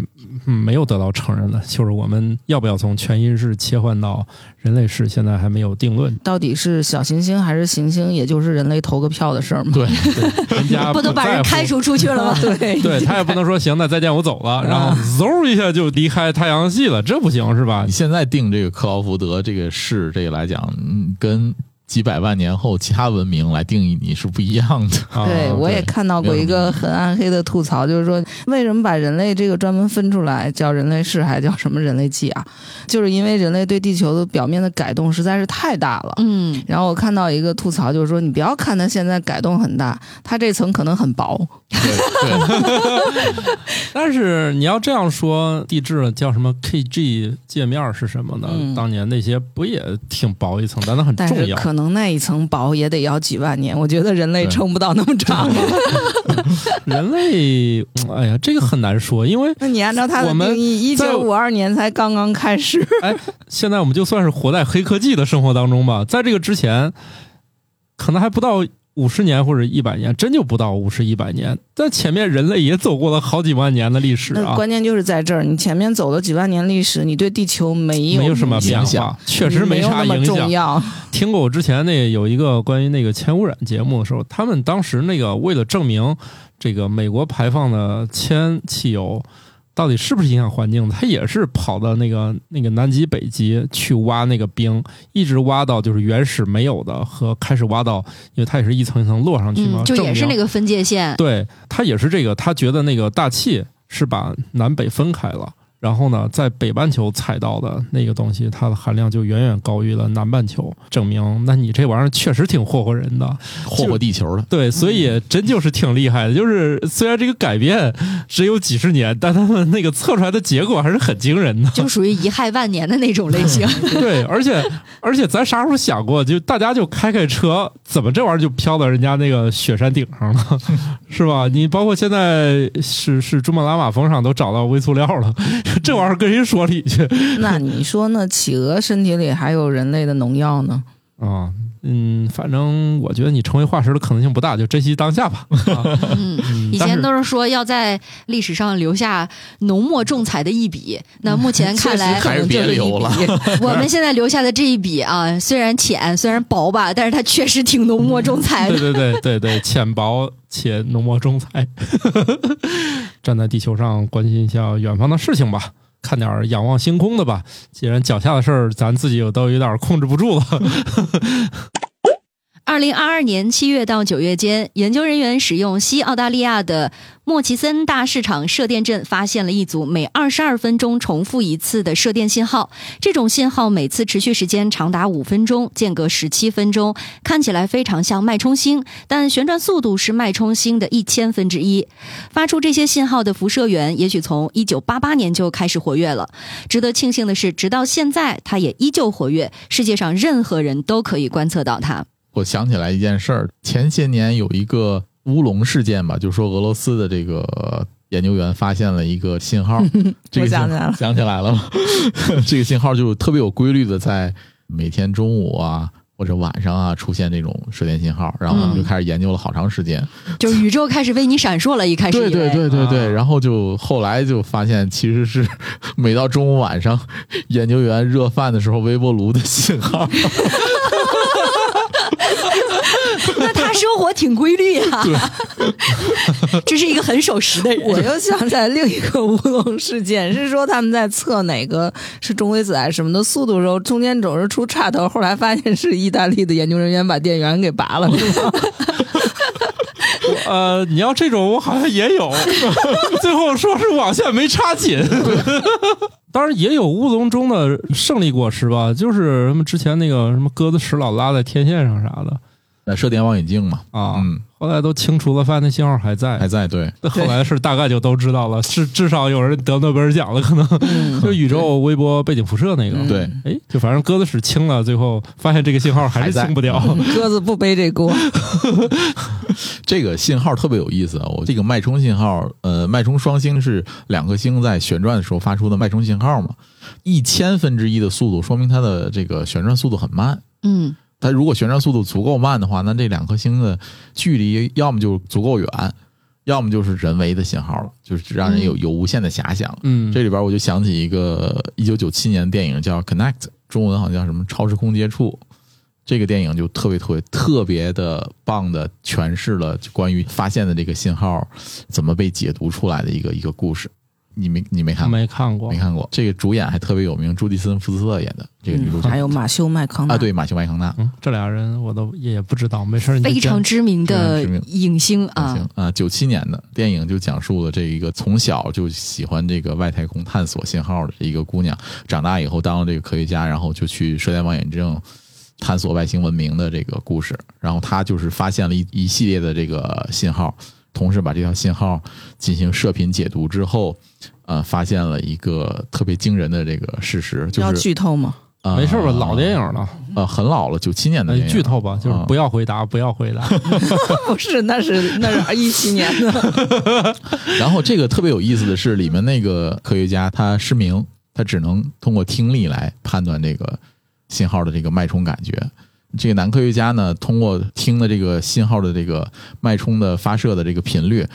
Speaker 4: 嗯没有得到承认的，就是我们要不要从全新市切换到人类市，现在还没有定论。
Speaker 3: 到底是小行星还是行星，也就是人类投个票的事儿嘛。
Speaker 4: 对， 对人家
Speaker 1: 不都把
Speaker 4: 在
Speaker 1: 人
Speaker 4: 乎
Speaker 1: 开除出去了吗？
Speaker 3: 对
Speaker 4: 对他也不能说行，那再见，我走了，然后
Speaker 3: 啊
Speaker 4: 嗖一下就离开太阳系了，这不行是吧
Speaker 2: 啊你？现在定这个克劳福德这个市这个来讲，嗯跟几百万年后其他文明来定义你是不一样的。
Speaker 4: 啊
Speaker 3: 对，我也看到过一个很暗黑的吐槽，就是说为什么把人类这个专门分出来叫人类世，还叫什么人类纪啊？就是因为人类对地球的表面的改动实在是太大了。
Speaker 1: 嗯，
Speaker 3: 然后我看到一个吐槽，就是说你不要看它现在改动很大，它这层可能很薄。
Speaker 2: 对对，
Speaker 4: 但是你要这样说，地质叫什么 KG 界面是什么呢？
Speaker 3: 嗯
Speaker 4: 当年那些不也挺薄一层，但它很
Speaker 3: 但
Speaker 4: 重
Speaker 3: 是
Speaker 4: 要。
Speaker 3: 可能那一层薄也得要几万年，我觉得人类
Speaker 2: 对
Speaker 3: 撑不到那么 长。
Speaker 4: 人类，嗯哎呀，这个很难说，因为
Speaker 3: 那你按照它的
Speaker 4: 我们
Speaker 3: 定义，一
Speaker 4: 在
Speaker 3: 九五二年才刚刚开始。
Speaker 4: 现在我们就算是活在黑科技的生活当中吧，在这个之前，可能还不到五十年或者一百年，真就不到五十一百年。但前面人类也走过了好几万年的历史
Speaker 3: 那
Speaker 4: 啊，
Speaker 3: 关键就是在这儿，你前面走了几万年历史，你对地球没有
Speaker 4: 没有什么变
Speaker 2: 影响
Speaker 4: 化，确实
Speaker 3: 没有
Speaker 4: 啥
Speaker 3: 那么
Speaker 4: 影响
Speaker 3: 重。 要。
Speaker 4: 听过我之前那有一个关于那个铅污染节目的时候，他们当时那个为了证明这个美国排放的铅汽油到底是不是影响环境，他也是跑到那个那个南极、北极去挖那个冰，一直挖到就是原始没有的和开始挖到，因为它也是一层一层落上去嘛，
Speaker 1: 嗯，就
Speaker 4: 证
Speaker 1: 也是那
Speaker 4: 明
Speaker 1: 个分界线，
Speaker 4: 对他也是这个，他觉得那个大气是把南北分开了，然后呢，在北半球采到的那个东西，它的含量就远远高于了南半球，证明那你这玩意儿确实挺霍霍人的。
Speaker 2: 霍霍地球的。
Speaker 4: 对，所以真就是挺厉害的。就是虽然这个改变只有几十年，但他们那个测出来的结果还是很惊人的。
Speaker 1: 就属于贻害万年的那种类型。
Speaker 4: 对，而且而且咱啥时候想过，就大家就开开车，怎么这玩意儿就飘到人家那个雪山顶上了， 是吧？你包括现在是是珠穆朗玛峰上都找到微塑料了， 这玩意儿跟谁说理去
Speaker 3: 那你说呢？企鹅身体里还有人类的农药呢？
Speaker 4: 啊？嗯，反正我觉得你成为化石的可能性不大，就珍惜当下吧。啊
Speaker 1: 嗯，
Speaker 4: 嗯
Speaker 1: 以
Speaker 4: 但
Speaker 1: 前
Speaker 4: 是
Speaker 1: 都是说要在历史上留下浓墨重彩的一笔，那目前看来，
Speaker 2: 还是别留了
Speaker 3: 确实可能就是一笔。
Speaker 1: 我们现在留下的这一笔啊，虽然浅，虽然薄吧，但是它确实挺浓墨重彩
Speaker 4: 对
Speaker 1: 的。
Speaker 4: 对对对对，浅薄且浓墨重彩。站在地球上，关心一下远方的事情吧，看点儿仰望星空的吧。既然脚下的事儿咱自己有都有点儿控制不住了，
Speaker 1: 二零二二年七月到九月间，研究人员使用西澳大利亚的莫奇森大市场射电阵发现了一组每二十二分钟重复一次的射电信号。这种信号每次持续时间长达五分钟，间隔十七分钟，看起来非常像脉冲星，但旋转速度是脉冲星的一千分之一。发出这些信号的辐射源，也许从一九八八年就开始活跃了。值得庆幸的是，直到现在，它也依旧活跃，世界上任何人都可以观测到它。
Speaker 2: 我想起来一件事儿，前些年有一个乌龙事件吧，就说俄罗斯的这个研究员发现了一个信 号，这个信
Speaker 3: 想起来了
Speaker 2: 想起来了吧， 这个信号就特别有规律的在每天中午啊。或者晚上啊，出现这种射电信号，然后
Speaker 3: 嗯
Speaker 2: 我们就开始研究了好长时间。
Speaker 1: 就宇宙开始为你闪烁了，一开始以
Speaker 2: 对
Speaker 1: 为
Speaker 2: 对对对对，
Speaker 4: 啊
Speaker 2: 然后就后来就发现，其实是 每到中午晚上，研究员热饭的时候，微波炉的信号。
Speaker 1: 那他生活挺规律啊， 这是一个很守时 的人。
Speaker 3: 我又想起来另一个乌龙事件，是说他们在测哪个是中微子还是什么的速度的时候，中间总是出岔头，后来发现是意大利的研究人员把电源给拔 了，是吗？
Speaker 4: 呃，你要这种我好像也有， 最后说是网线没插紧。当然也有乌龙中的胜利果实吧，就是什么之前那个什么鸽子屎老拉在天线上啥的
Speaker 2: 那射电望远镜嘛，
Speaker 4: 啊，哎
Speaker 2: 嗯，
Speaker 4: 后来都清除了，发现那信号还在
Speaker 2: 还。在对。
Speaker 4: 后来是大概就都知道了，至至少有人得诺贝尔奖了，可能
Speaker 3: 嗯
Speaker 4: 就宇宙微波背景辐射那个。
Speaker 3: 嗯
Speaker 2: 对，
Speaker 4: 哎，就反正鸽子屎清了，最后发现这个信号还
Speaker 2: 还
Speaker 4: 是
Speaker 2: 在
Speaker 4: 清不掉。
Speaker 3: 鸽子不背这锅，
Speaker 2: 这个信号特别有意思啊！我这个脉冲信号，呃，脉冲双星是两颗星在旋转的时候发出的脉冲信号嘛，一千分之一的速度，说明它的这个旋转速度很慢。
Speaker 1: 嗯，
Speaker 2: 它如果旋转速度足够慢的话，那这两颗星的距离要么就足够远，要么就是人为的信号了，就是让人有有无限的遐想。
Speaker 4: 嗯，
Speaker 2: 这里边我就想起一个一九九七年的电影叫《Connect》，中文好像叫什么《超时空接触》。这个电影就特别特别特别的棒的诠释了关于发现的这个信号怎么被解读出来的一个一个故事。你没你没看过？
Speaker 4: 没看过
Speaker 2: 没。看过。这个主演还特别有名，朱迪森·福斯特演的这个女主角、
Speaker 3: 还有马修麦康纳
Speaker 2: 啊，对，马修·麦康纳。
Speaker 4: 嗯，这俩人我都也不知道，没事儿你就
Speaker 1: 非常
Speaker 4: 讲
Speaker 1: 知名的
Speaker 2: 非常知名
Speaker 1: 影星啊
Speaker 2: 行，啊，九七年的电影就讲述了这一个从小就喜欢这个外太空探索信号的一个姑娘，长大以后当了这个科学家，然后就去射电望远镜探索外星文明的这个故事。然后她就是发现了一一系列的这个信号，同时把这条信号进行射频解读之后，呃，发现了一个特别惊人的这个事实，
Speaker 3: 要
Speaker 2: 就是
Speaker 3: 剧透吗？
Speaker 2: 呃
Speaker 4: 没事儿吧？老电影了，
Speaker 2: 呃很老了，九七年的
Speaker 4: 那
Speaker 2: 电影
Speaker 4: 剧透吧，就是不要回答，不要回答。
Speaker 3: 不是，那是那是一七年的，
Speaker 2: 然后这个特别有意思的是，里面那个科学家他失明，他只能通过听力来判断这个信号的这个脉冲感觉。这个男科学家呢，通过听的这个信号的这个脉冲的发射的这个频率，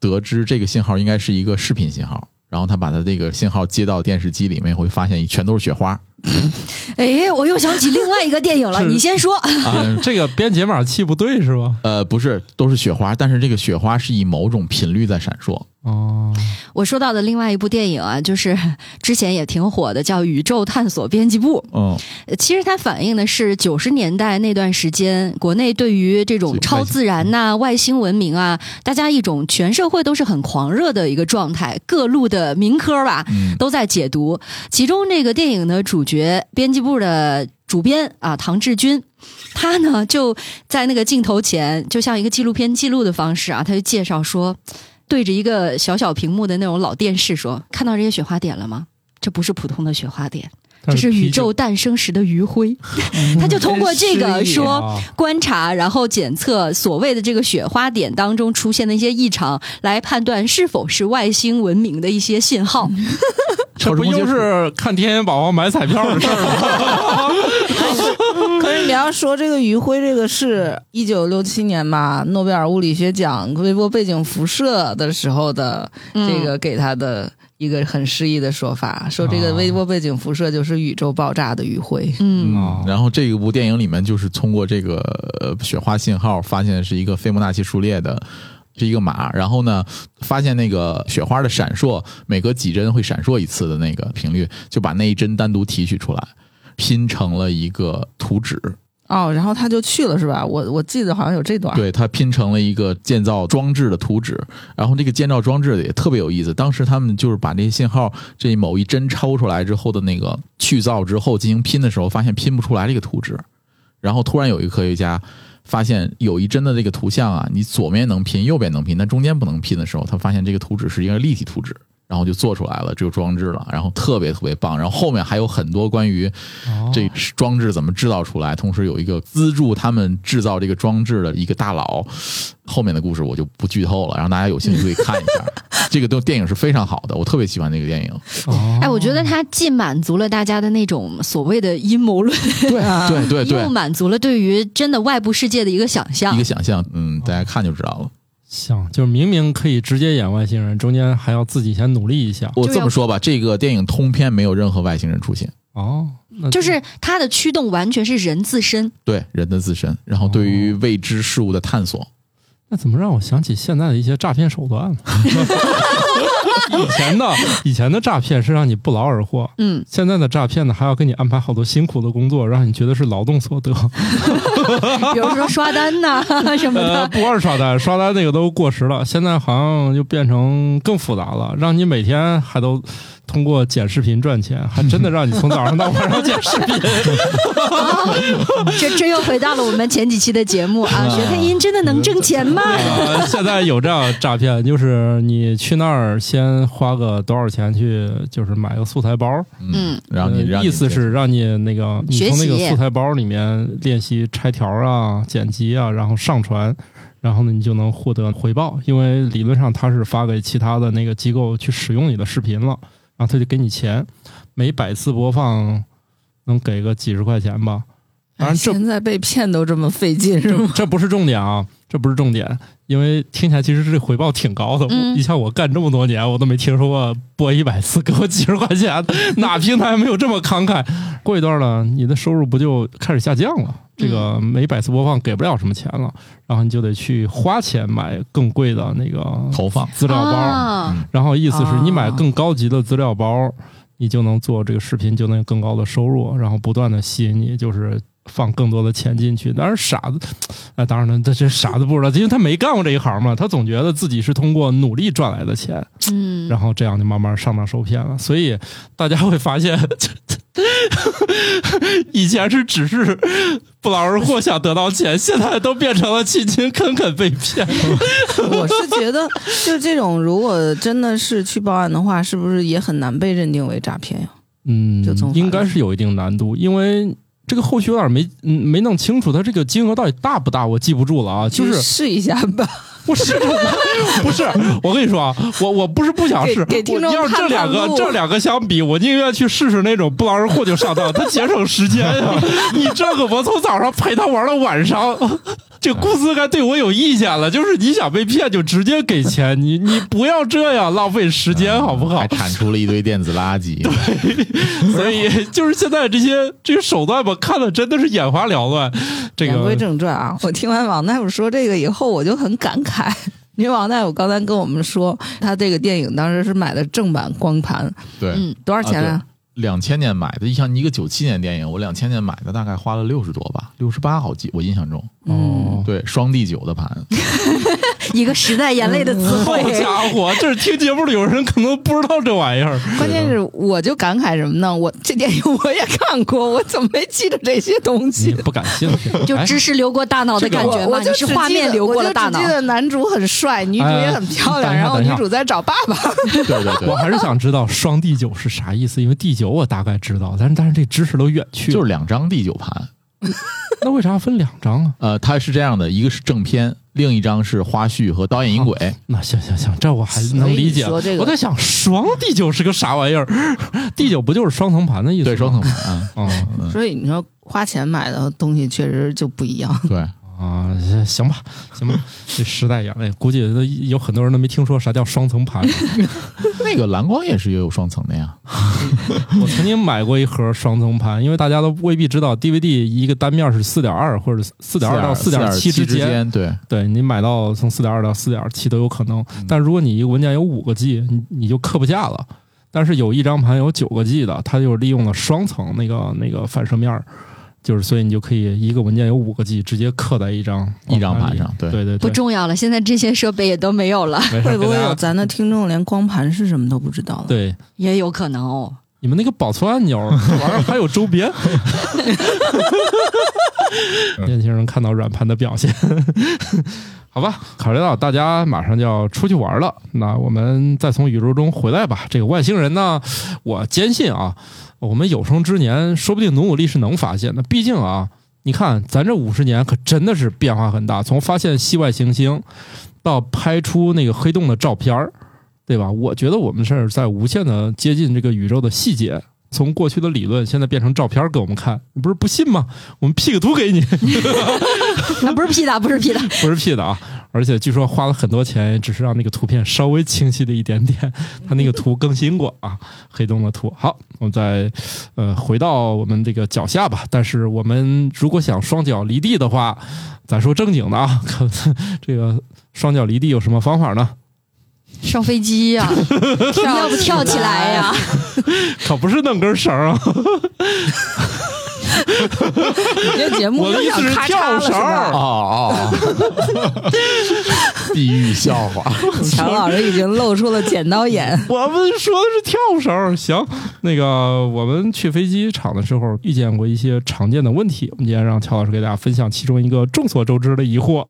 Speaker 2: 得知这个信号应该是一个视频信号。然后他把他这个信号接到电视机里面，会发现全都是雪花。
Speaker 1: 哎，我又想起另外一个电影了，
Speaker 4: 是
Speaker 1: 你先说。
Speaker 4: 这啊这个编解码器不对是吧？
Speaker 2: 呃，不是，都是雪花，但是这个雪花是以某种频率在闪烁。
Speaker 4: 哦，
Speaker 1: 我说到的另外一部电影啊，就是 之前也挺火的，叫《宇宙探索编辑部》。
Speaker 4: 哦
Speaker 2: 嗯，
Speaker 1: 呃其实它反映的是九十年代那段时间，国内对于这种超自然呐、外星文明啊，大家一种全社会都是很狂热的一个状态，各路的民科吧
Speaker 2: 嗯
Speaker 1: 都在解读。其中这个电影的主角编辑部的主编啊，唐志军。他呢就在那个镜头前，就像一个纪录片记录的方式啊，他就介绍说，对着一个小小屏幕的那种老电视说：“看到这些雪花点了吗？这不是普通的雪花点，这
Speaker 4: 但
Speaker 1: 是宇
Speaker 4: 啤酒
Speaker 1: 宙诞生时的余晖。 他就通过这个
Speaker 3: 真是
Speaker 1: 说
Speaker 4: 啊
Speaker 1: 观察，然后检测所谓的这个雪花点当中出现的一些异常，来判断是否是外星文明的一些信号。
Speaker 4: 这
Speaker 2: 超时
Speaker 4: 不
Speaker 2: 空接
Speaker 4: 又
Speaker 2: 触
Speaker 4: 是看天眼宝宝买彩票的事 儿吗？
Speaker 3: 可是你要说这个余晖，这个是一九六七年吧，诺贝尔物理学奖微波背景辐射的时候的
Speaker 1: 嗯
Speaker 3: 这个给他的一个很诗意的说法，说这个微波背景辐射就是宇宙爆炸的余晖。
Speaker 1: 嗯，
Speaker 4: 哦
Speaker 2: 啊然后这一部电影里面就是通过这个呃雪花信号，发现是一个斐波那契数列的。是一个码，然后呢，发现那个雪花的闪烁，每隔几帧会闪烁一次的那个频率，就把那一帧单独提取出来，拼成了一个图纸，
Speaker 3: 哦，然后他就去了是吧？我我记得好像有这段，
Speaker 2: 对，它拼成了一个建造装置的图纸，然后这个建造装置也特别有意思。当时他们就是把这些信号这某一帧抽出来之后的那个去噪之后进行拼的时候，发现拼不出来这个图纸，然后突然有一个科学家。发现有一帧的这个图像啊，你左面能拼，右边能拼，但中间不能拼的时候，他发现这个图纸是一个立体图纸，然后就做出来了这个装置了，然后特别特别棒。然后后面还有很多关于
Speaker 4: 哦
Speaker 2: 这装置怎么制造出来，同时有一个资助他们制造这个装置的一个大佬，后面的故事我就不剧透了，然后大家有兴趣可以看一 下。这个都电影是非常好的，我特别喜欢这个电影。
Speaker 4: 哦
Speaker 1: 哎，我觉得它既满足了大家的那种所谓的阴谋论，
Speaker 2: 对对对
Speaker 1: 啊又
Speaker 2: 对，
Speaker 1: 满足了对于真的外部世界的一个想
Speaker 2: 一
Speaker 1: 象
Speaker 2: 个。想象，嗯，大家看就知道了。
Speaker 4: 行，就是明明可以直接演外星人，中间还要自己先努力一下。
Speaker 2: 我这么说吧，这个电影通篇没有任何外星人出现。
Speaker 4: 哦，那
Speaker 1: 就是它的驱动完全是人自身，
Speaker 2: 对人的自身，然后对于
Speaker 4: 哦
Speaker 2: 未知事物的探索。
Speaker 4: 那怎么让我想起现在的一些诈骗手段呢？ 以前的以前的诈骗是让你不劳而获，
Speaker 1: 嗯，
Speaker 4: 现在的诈骗呢还要给你安排好多辛苦的工作，让你觉得是劳动所得。
Speaker 1: 比如说刷单 呐、什么
Speaker 4: 呃，
Speaker 1: 的，
Speaker 4: 不光是刷单，刷单那个都过时了，现在好像就变成更复杂了，让你每天还都通过剪视频赚钱，还真的让你从早上到晚上剪视频。
Speaker 1: 这这又回到了我们前几期的节目
Speaker 3: 嗯
Speaker 1: 啊，学配音真的能挣钱吗？
Speaker 4: 啊，现在有这样诈骗，就是你去那儿先花个多少钱去，就是买个素材包，
Speaker 1: 嗯，
Speaker 2: 然后你
Speaker 4: 呃
Speaker 2: 让你
Speaker 4: 意思是让你那个你
Speaker 1: 学
Speaker 4: 从那个
Speaker 1: 习
Speaker 4: 素材包里面练习拆条啊、剪辑啊，然后上传。然后呢，你就能获得回报，因为理论上它是发给其他的那个机构去使用你的视频了，然后他就给你钱，每百次播放能给个几十块钱吧。当然
Speaker 3: 哎
Speaker 4: 这
Speaker 3: 现在被骗都这么费劲是 吗？
Speaker 4: 这不是重点啊，这不是重点，因为听起来其实这回报挺高的。
Speaker 1: 嗯
Speaker 4: 你像我干这么多年，我都没听说过播一百次给我几十块钱，哪平台没有这么慷慨？过一段了，你的收入不就开始下降了？这个每百次播放给不了什么钱了，然后你就得去花钱买更贵的那个
Speaker 2: 投放，
Speaker 3: 嗯
Speaker 4: 资料包。
Speaker 1: 啊
Speaker 4: 然后意思是你买
Speaker 3: 啊
Speaker 4: 更高级的资料包，你就能做这个视频，就能有更高的收入，然后不断的吸引你，就是放更多的钱进去。当然傻子，哎，当然了，这这傻子不知道，因为他没干过这一行嘛，他总觉得自己是通过努力赚来的钱，
Speaker 1: 嗯，
Speaker 4: 然后这样就慢慢上当受骗了。所以大家会发现， 这这以前是只是不劳而获想得到钱，现在都变成了勤勤恳恳被骗。
Speaker 3: 我是觉得，就这种如果真的是去报案的话，是不是也很难被认定为诈骗呀？
Speaker 4: 嗯
Speaker 3: 就从，法
Speaker 4: 应
Speaker 3: 律
Speaker 4: 该是有一定难度，因为这个后续有点没嗯没弄清楚，它这个金额到底大不大，我记不住了啊。就
Speaker 3: 去
Speaker 4: 是
Speaker 3: 试一下吧，
Speaker 4: 我是 不是？我跟你说啊，我我不是不想试，
Speaker 3: 给给听
Speaker 4: 我
Speaker 3: 众
Speaker 4: 要是这
Speaker 3: 探
Speaker 4: 两
Speaker 3: 探
Speaker 4: 个
Speaker 3: 路
Speaker 4: 这两个相比，我宁愿去试试那种不劳而获就上当，它节省时间 呀、你这个我从早上陪他玩到晚上。这公司该对我有意见了，就是你想被骗就直接给钱，你你不要这样浪费时间好不好？
Speaker 2: 还产出了一堆电子垃 圾。
Speaker 4: 所以就是现在这些这些手段吧，看的真的是眼花缭乱。这
Speaker 3: 言归
Speaker 4: 个嗯
Speaker 3: 正传啊，我听完王大夫说这个以后，我就很感慨。 因为王大夫刚才跟我们说，他这个电影当时是买的正版光盘，
Speaker 2: 对，
Speaker 1: 嗯，
Speaker 3: 多少钱
Speaker 2: 啊两千年买的，像一个九七年电影，我两千年买的，大概花了六十多吧，六十八好记，我印象中。
Speaker 3: 嗯，
Speaker 4: 哦
Speaker 2: 对，双 D 九的 盘，
Speaker 1: 一个时代眼泪的
Speaker 3: 嗯
Speaker 1: 词
Speaker 4: 好
Speaker 1: 汇。
Speaker 4: 家伙， 这是听节目的有人可能不知道这玩意儿。
Speaker 3: 关键是我就感慨什么呢？我这电影我也看过，我怎么没记着这些东
Speaker 4: 你
Speaker 3: 西？
Speaker 4: 不感兴趣，
Speaker 1: 就
Speaker 4: 哎
Speaker 1: 知识流过大脑的感
Speaker 3: 我
Speaker 1: 觉
Speaker 3: 我
Speaker 1: 嘛，
Speaker 3: 就
Speaker 1: 你
Speaker 3: 只
Speaker 1: 是
Speaker 3: 记
Speaker 1: 画面
Speaker 3: 得
Speaker 1: 流过
Speaker 3: 我就
Speaker 1: 了大
Speaker 3: 只
Speaker 1: 脑
Speaker 3: 记。得男主很帅，女主也很漂亮，
Speaker 4: 哎
Speaker 3: 然后
Speaker 4: 等一
Speaker 3: 女
Speaker 4: 下
Speaker 3: 主在找爸爸。
Speaker 2: 对对
Speaker 4: 我
Speaker 2: 对，
Speaker 4: 还是想知道双 D 九是啥意思，因为 D 九我大概知道，但是但是这知识都远去了。
Speaker 2: 就是两张 D 九盘。
Speaker 4: 那为啥分两张啊？
Speaker 2: 呃，它是这样的，一个是正片，另一张是花絮和导演音轨。
Speaker 4: 那行行行，这我还能理解
Speaker 3: 所以你说。这个
Speaker 4: 我在想双 D 九是个啥玩意儿？D 九不就是双层盘的意思吗？
Speaker 2: 对，双层盘 啊，
Speaker 4: 啊
Speaker 3: 所以你说花钱买的东西确实就不一样。
Speaker 2: 对，
Speaker 4: 啊，行吧，行吧，这时代眼泪，估计都有很多人都没听说啥叫双层盘。
Speaker 2: 那个蓝光也是也有双层的呀。
Speaker 4: 我曾经买过一盒双层盘，因为大家都未必知道 DVD 一个单面是四点二或者四点二到四点七
Speaker 2: 4.7
Speaker 4: 之
Speaker 2: 之
Speaker 4: 间，
Speaker 2: 间，对，
Speaker 4: 对你买到从四点二到四点七都有可能。但如果你一个文件有五个 G，你你就刻不下了。但是有一张盘有九个 G 的，它就利用了双层那个那个反射面儿就是所以你就可以一个文件有五个 G，直接刻在一张
Speaker 2: 一张盘上
Speaker 4: 对
Speaker 2: 对
Speaker 4: 对对，
Speaker 1: 不重要了，现在这些设备也都没有了，
Speaker 4: 没事
Speaker 3: 会不会
Speaker 4: 跟大
Speaker 3: 有
Speaker 4: 家
Speaker 3: 咱的听众连光盘是什么都不知道了？
Speaker 4: 对
Speaker 1: 也有可能 哦。
Speaker 4: 你们那个保存按钮，这玩意儿还有周边。年轻人看到软盘的表现， 好吧，考虑到大家马上就要出去玩了，那我们再从宇宙中回来吧。这个外星人呢，我坚信啊，我们有生之年说不定努努力是能发现的。毕竟啊，你看咱这五十年可真的是变化很大，从发现系外行星到拍出那个黑洞的照片儿，对吧？我觉得我们是在无限的接近这个宇宙的细节。从过去的理论，现在变成照片儿给我们看，你不是不信吗？我们 P 个图给你，
Speaker 1: 啊，不是 P 的，不是 P 的，
Speaker 4: 不是 P 的啊！而且据说花了很多钱，只是让那个图片稍微清晰了一点点。它那个图更新过啊，黑洞的图。好，我们再呃回到我们这个脚下吧。但是我们如果想双脚离地的话，咱说正经的啊，可这个双脚离地有什么方法呢？
Speaker 1: 上飞机 呀、要不跳起来呀、
Speaker 4: 可不是弄根绳儿啊，
Speaker 3: 你这节目
Speaker 4: 我的
Speaker 3: 又
Speaker 4: 意
Speaker 3: 想
Speaker 4: 思是
Speaker 3: 咔嚓
Speaker 4: 跳
Speaker 3: 了是
Speaker 4: 绳
Speaker 3: 吧
Speaker 4: 儿。
Speaker 2: 哦哦， 地狱笑话，
Speaker 3: 强老师已经露出了剪刀眼。
Speaker 4: 我们说的是跳绳儿。行，那个我们去飞机场的时候遇见过一些常见的问题，我们今天让乔老师给大家分享其中一个众所周知的疑惑。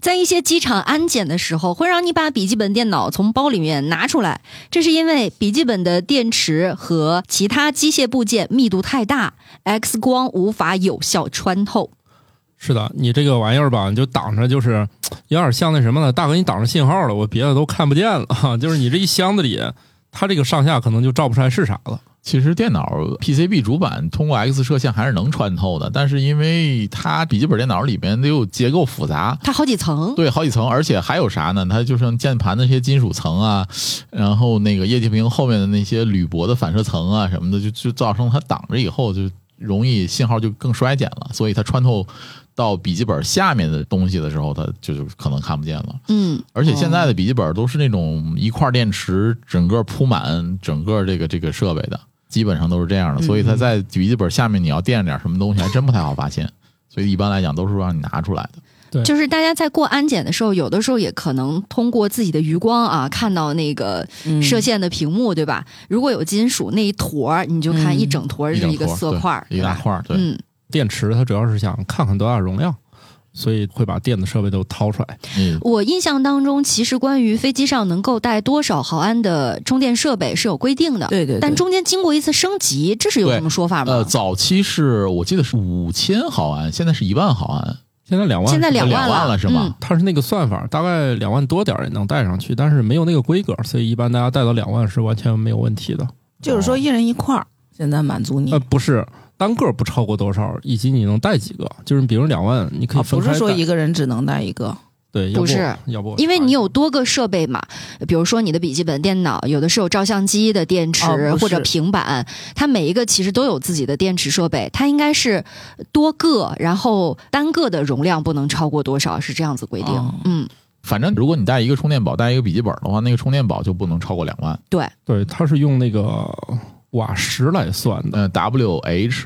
Speaker 1: 在一些机场安检的时候，会让你把笔记本电脑从包里面拿出来，这是因为笔记本的电池和其他机械部件密度太大，X 光无法有效穿透。
Speaker 4: 是的，你这个玩意儿吧，你就挡着，就是有点像那什么呢？大哥，你挡着信号了，我别的都看不见了。 哈就是你这一箱子里，它这个上下可能就照不出来是啥了。
Speaker 2: 其实电脑 PCB 主板通过 X 射线还是能穿透的，但是因为它笔记本电脑里面得有结构复杂。
Speaker 1: 它好几层，
Speaker 2: 对，好几层，而且还有啥呢？它就像键盘的那些金属层啊，然后那个液晶屏后面的那些铝箔的反射层啊什么的，就就造成它挡着以后就容易信号就更衰减了，所以它穿透到笔记本下面的东西的时候，它就就可能看不见了。
Speaker 1: 嗯，
Speaker 2: 而且现在的笔记本都是那种一块电池整个铺满整个这个这个设备的，基本上都是这样的，所以它在笔记本下面你要垫着点什么东西，还真不太好发现。所以一般来讲都是让你拿出来的。
Speaker 1: 就是大家在过安检的时候，有的时候也可能通过自己的余光啊，看到那个
Speaker 3: 嗯
Speaker 2: 嗯
Speaker 1: 射线的屏幕，对吧？如果有金属那一坨儿，你就看
Speaker 3: 嗯
Speaker 1: 一整坨儿是
Speaker 2: 整
Speaker 1: 一个
Speaker 2: 坨
Speaker 1: 色
Speaker 2: 对
Speaker 1: 块儿，
Speaker 2: 一大
Speaker 1: 对吧
Speaker 2: 块儿，对，
Speaker 1: 嗯，
Speaker 4: 电池它主要是想看看多大容量，所以会把电子设备都掏出来。
Speaker 2: 嗯，
Speaker 1: 我印象当中，其实关于飞机上能够带多少毫安的充电设备是有规定的，
Speaker 3: 对对对
Speaker 1: 但中间经过一次升级，这是有
Speaker 2: 对
Speaker 1: 什么说法吗？
Speaker 2: 呃，早期是我记得是五千毫安，现在是一万毫安，
Speaker 4: 现在两万，
Speaker 1: 现在两
Speaker 2: 两万
Speaker 1: 了
Speaker 2: 了是吗
Speaker 1: 嗯
Speaker 4: 它是那个算法，大概两万多点儿也能带上去，但是没有那个规格，所以一般大家带到两万是完全没有问题的。
Speaker 3: 就是说一人一块儿，现在满足你
Speaker 4: 呃，。不是单个不超过多少，以及你能带几个，就是比如两万，你可以
Speaker 3: 哦
Speaker 4: 分
Speaker 3: 不
Speaker 4: 开带、
Speaker 3: 是说一个人只能带一个，
Speaker 4: 对，
Speaker 1: 不是
Speaker 4: 要不要不
Speaker 1: 因为你有多个设备嘛，比如说你的笔记本电脑，有的是有照相机的电池、
Speaker 3: 哦不是
Speaker 1: 或者平板，它每一个其实都有自己的电池设备，它应该是多个，然后单个的容量不能超过多少，是这样子规定。
Speaker 3: 哦
Speaker 1: 嗯，
Speaker 2: 反正如果你带一个充电宝，带一个笔记本的话，那个充电宝就不能超过两万。
Speaker 1: 对，
Speaker 4: 对，它是用那个瓦时来算的，
Speaker 2: 呃，WH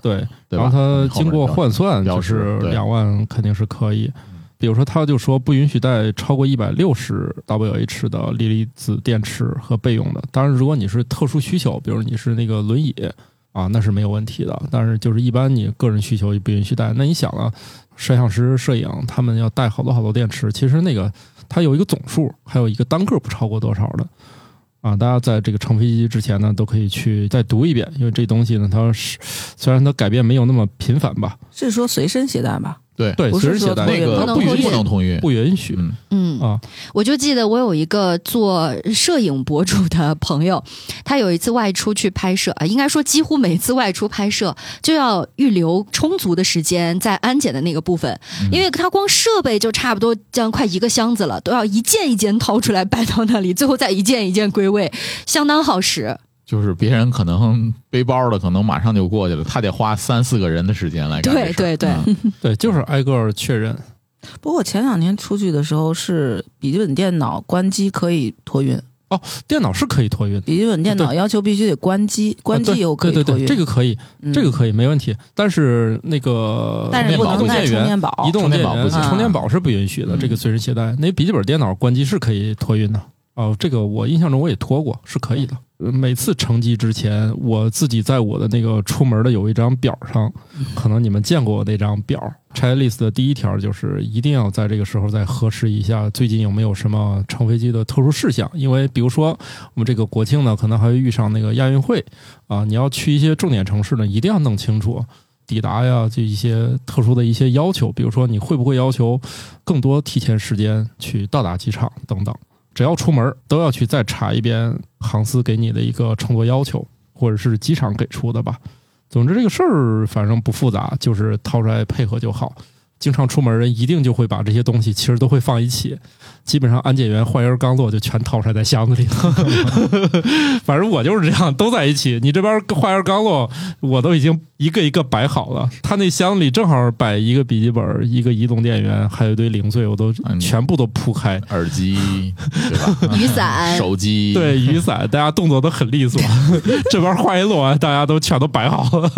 Speaker 4: 对，
Speaker 2: 对
Speaker 4: 然
Speaker 2: 吧？
Speaker 4: 后它
Speaker 2: 后面
Speaker 4: 经过
Speaker 2: 标
Speaker 4: 换算，就
Speaker 2: 标
Speaker 4: 是
Speaker 2: 识对嗯
Speaker 4: 两万肯定是可以。比如说，他就说不允许带超过一百六十 Wh 的锂离子电池和备用的。当然，如果你是特殊需求，比如你是那个轮椅啊，那是没有问题的。但是就是一般你个人需求也不允许带。那你想啊，摄像师、摄影他们要带好多好多电池，其实那个它有一个总数，还有一个单个不超过多少的。啊，大家在这个乘飞机之前呢，都可以去再读一遍，因为这东西呢，它是虽然它改变没有那么频繁吧，
Speaker 3: 是说随身携带吧？
Speaker 2: 对
Speaker 4: 对，
Speaker 3: 不
Speaker 4: 随
Speaker 3: 是
Speaker 4: 身
Speaker 3: 说
Speaker 4: 携带
Speaker 2: 那
Speaker 1: 不
Speaker 2: 个
Speaker 1: 能
Speaker 2: 允
Speaker 1: 通
Speaker 2: 不
Speaker 1: 运
Speaker 2: 能通运，
Speaker 4: 不允许。
Speaker 2: 嗯，
Speaker 1: 嗯
Speaker 4: 啊，
Speaker 1: 我就记得我有一个做摄影博主的朋友，他有一次外出去拍摄啊，应该说几乎每次外出拍摄就要预留充足的时间在安检的那个部分，
Speaker 4: 嗯
Speaker 1: 因为他光设备就差不多将快一个箱子了，都要一件一件掏出来摆到那里，最后再一件一件归位，相当耗时。
Speaker 2: 就是别人可能背包的可能马上就过去了，他得花三四个人的时间来干这事
Speaker 1: 对
Speaker 2: 儿。
Speaker 1: 对
Speaker 2: 嗯
Speaker 4: 对，就是挨个儿确认。
Speaker 3: 不过我前两天出去的时候是笔记本电脑关机可以托运，
Speaker 4: 哦，电脑是可以托运的，
Speaker 3: 笔记本电脑要求必须得关机，关机以后可以
Speaker 4: 啊对
Speaker 3: 托
Speaker 4: 对
Speaker 3: 运。
Speaker 4: 对，这个可以，
Speaker 3: 嗯
Speaker 4: 这个可以，没问题。但是那个
Speaker 3: 但是不
Speaker 2: 电脑
Speaker 3: 能
Speaker 4: 移动
Speaker 3: 带
Speaker 4: 电
Speaker 3: 充
Speaker 4: 源
Speaker 3: 电宝
Speaker 4: 移。动
Speaker 2: 充
Speaker 4: 电
Speaker 2: 电宝不
Speaker 4: 源、啊
Speaker 2: 行
Speaker 4: 充电宝是不允许的，
Speaker 3: 嗯
Speaker 4: 这个随身携带。那笔记本电脑关机是可以托运的。哦，这个我印象中我也托过，是可以的。呃每次乘机之前，我自己在我的那个出门的有一张表上，可能你们见过我那张表。checklist 的第一条就是一定要在这个时候再核实一下最近有没有什么乘飞机的特殊事项，因为比如说我们这个国庆呢，可能还会遇上那个亚运会啊，你要去一些重点城市呢，一定要弄清楚抵达呀，这一些特殊的一些要求，比如说你会不会要求更多提前时间去到达机场等等。只要出门儿都要去再查一遍航司给你的一个乘坐要求，或者是机场给出的吧。总之这个事儿反正不复杂，就是掏出来配合就好。经常出门儿人一定就会把这些东西其实都会放一起，基本上安检员换人刚落就全掏出来在箱子里了。 反正我就是这样，都在一起。你这边换人刚落，我都已经一个一个摆好了。他那箱里正好摆一个笔记本、一个移动电源，还有一堆零碎，我都
Speaker 2: 嗯
Speaker 4: 全部都铺开。
Speaker 2: 耳机对吧？
Speaker 1: 雨
Speaker 4: 啊
Speaker 1: 伞、
Speaker 2: 手机
Speaker 4: 对雨伞，大家动作都很利索。 这边话一落完，大家都全都摆好了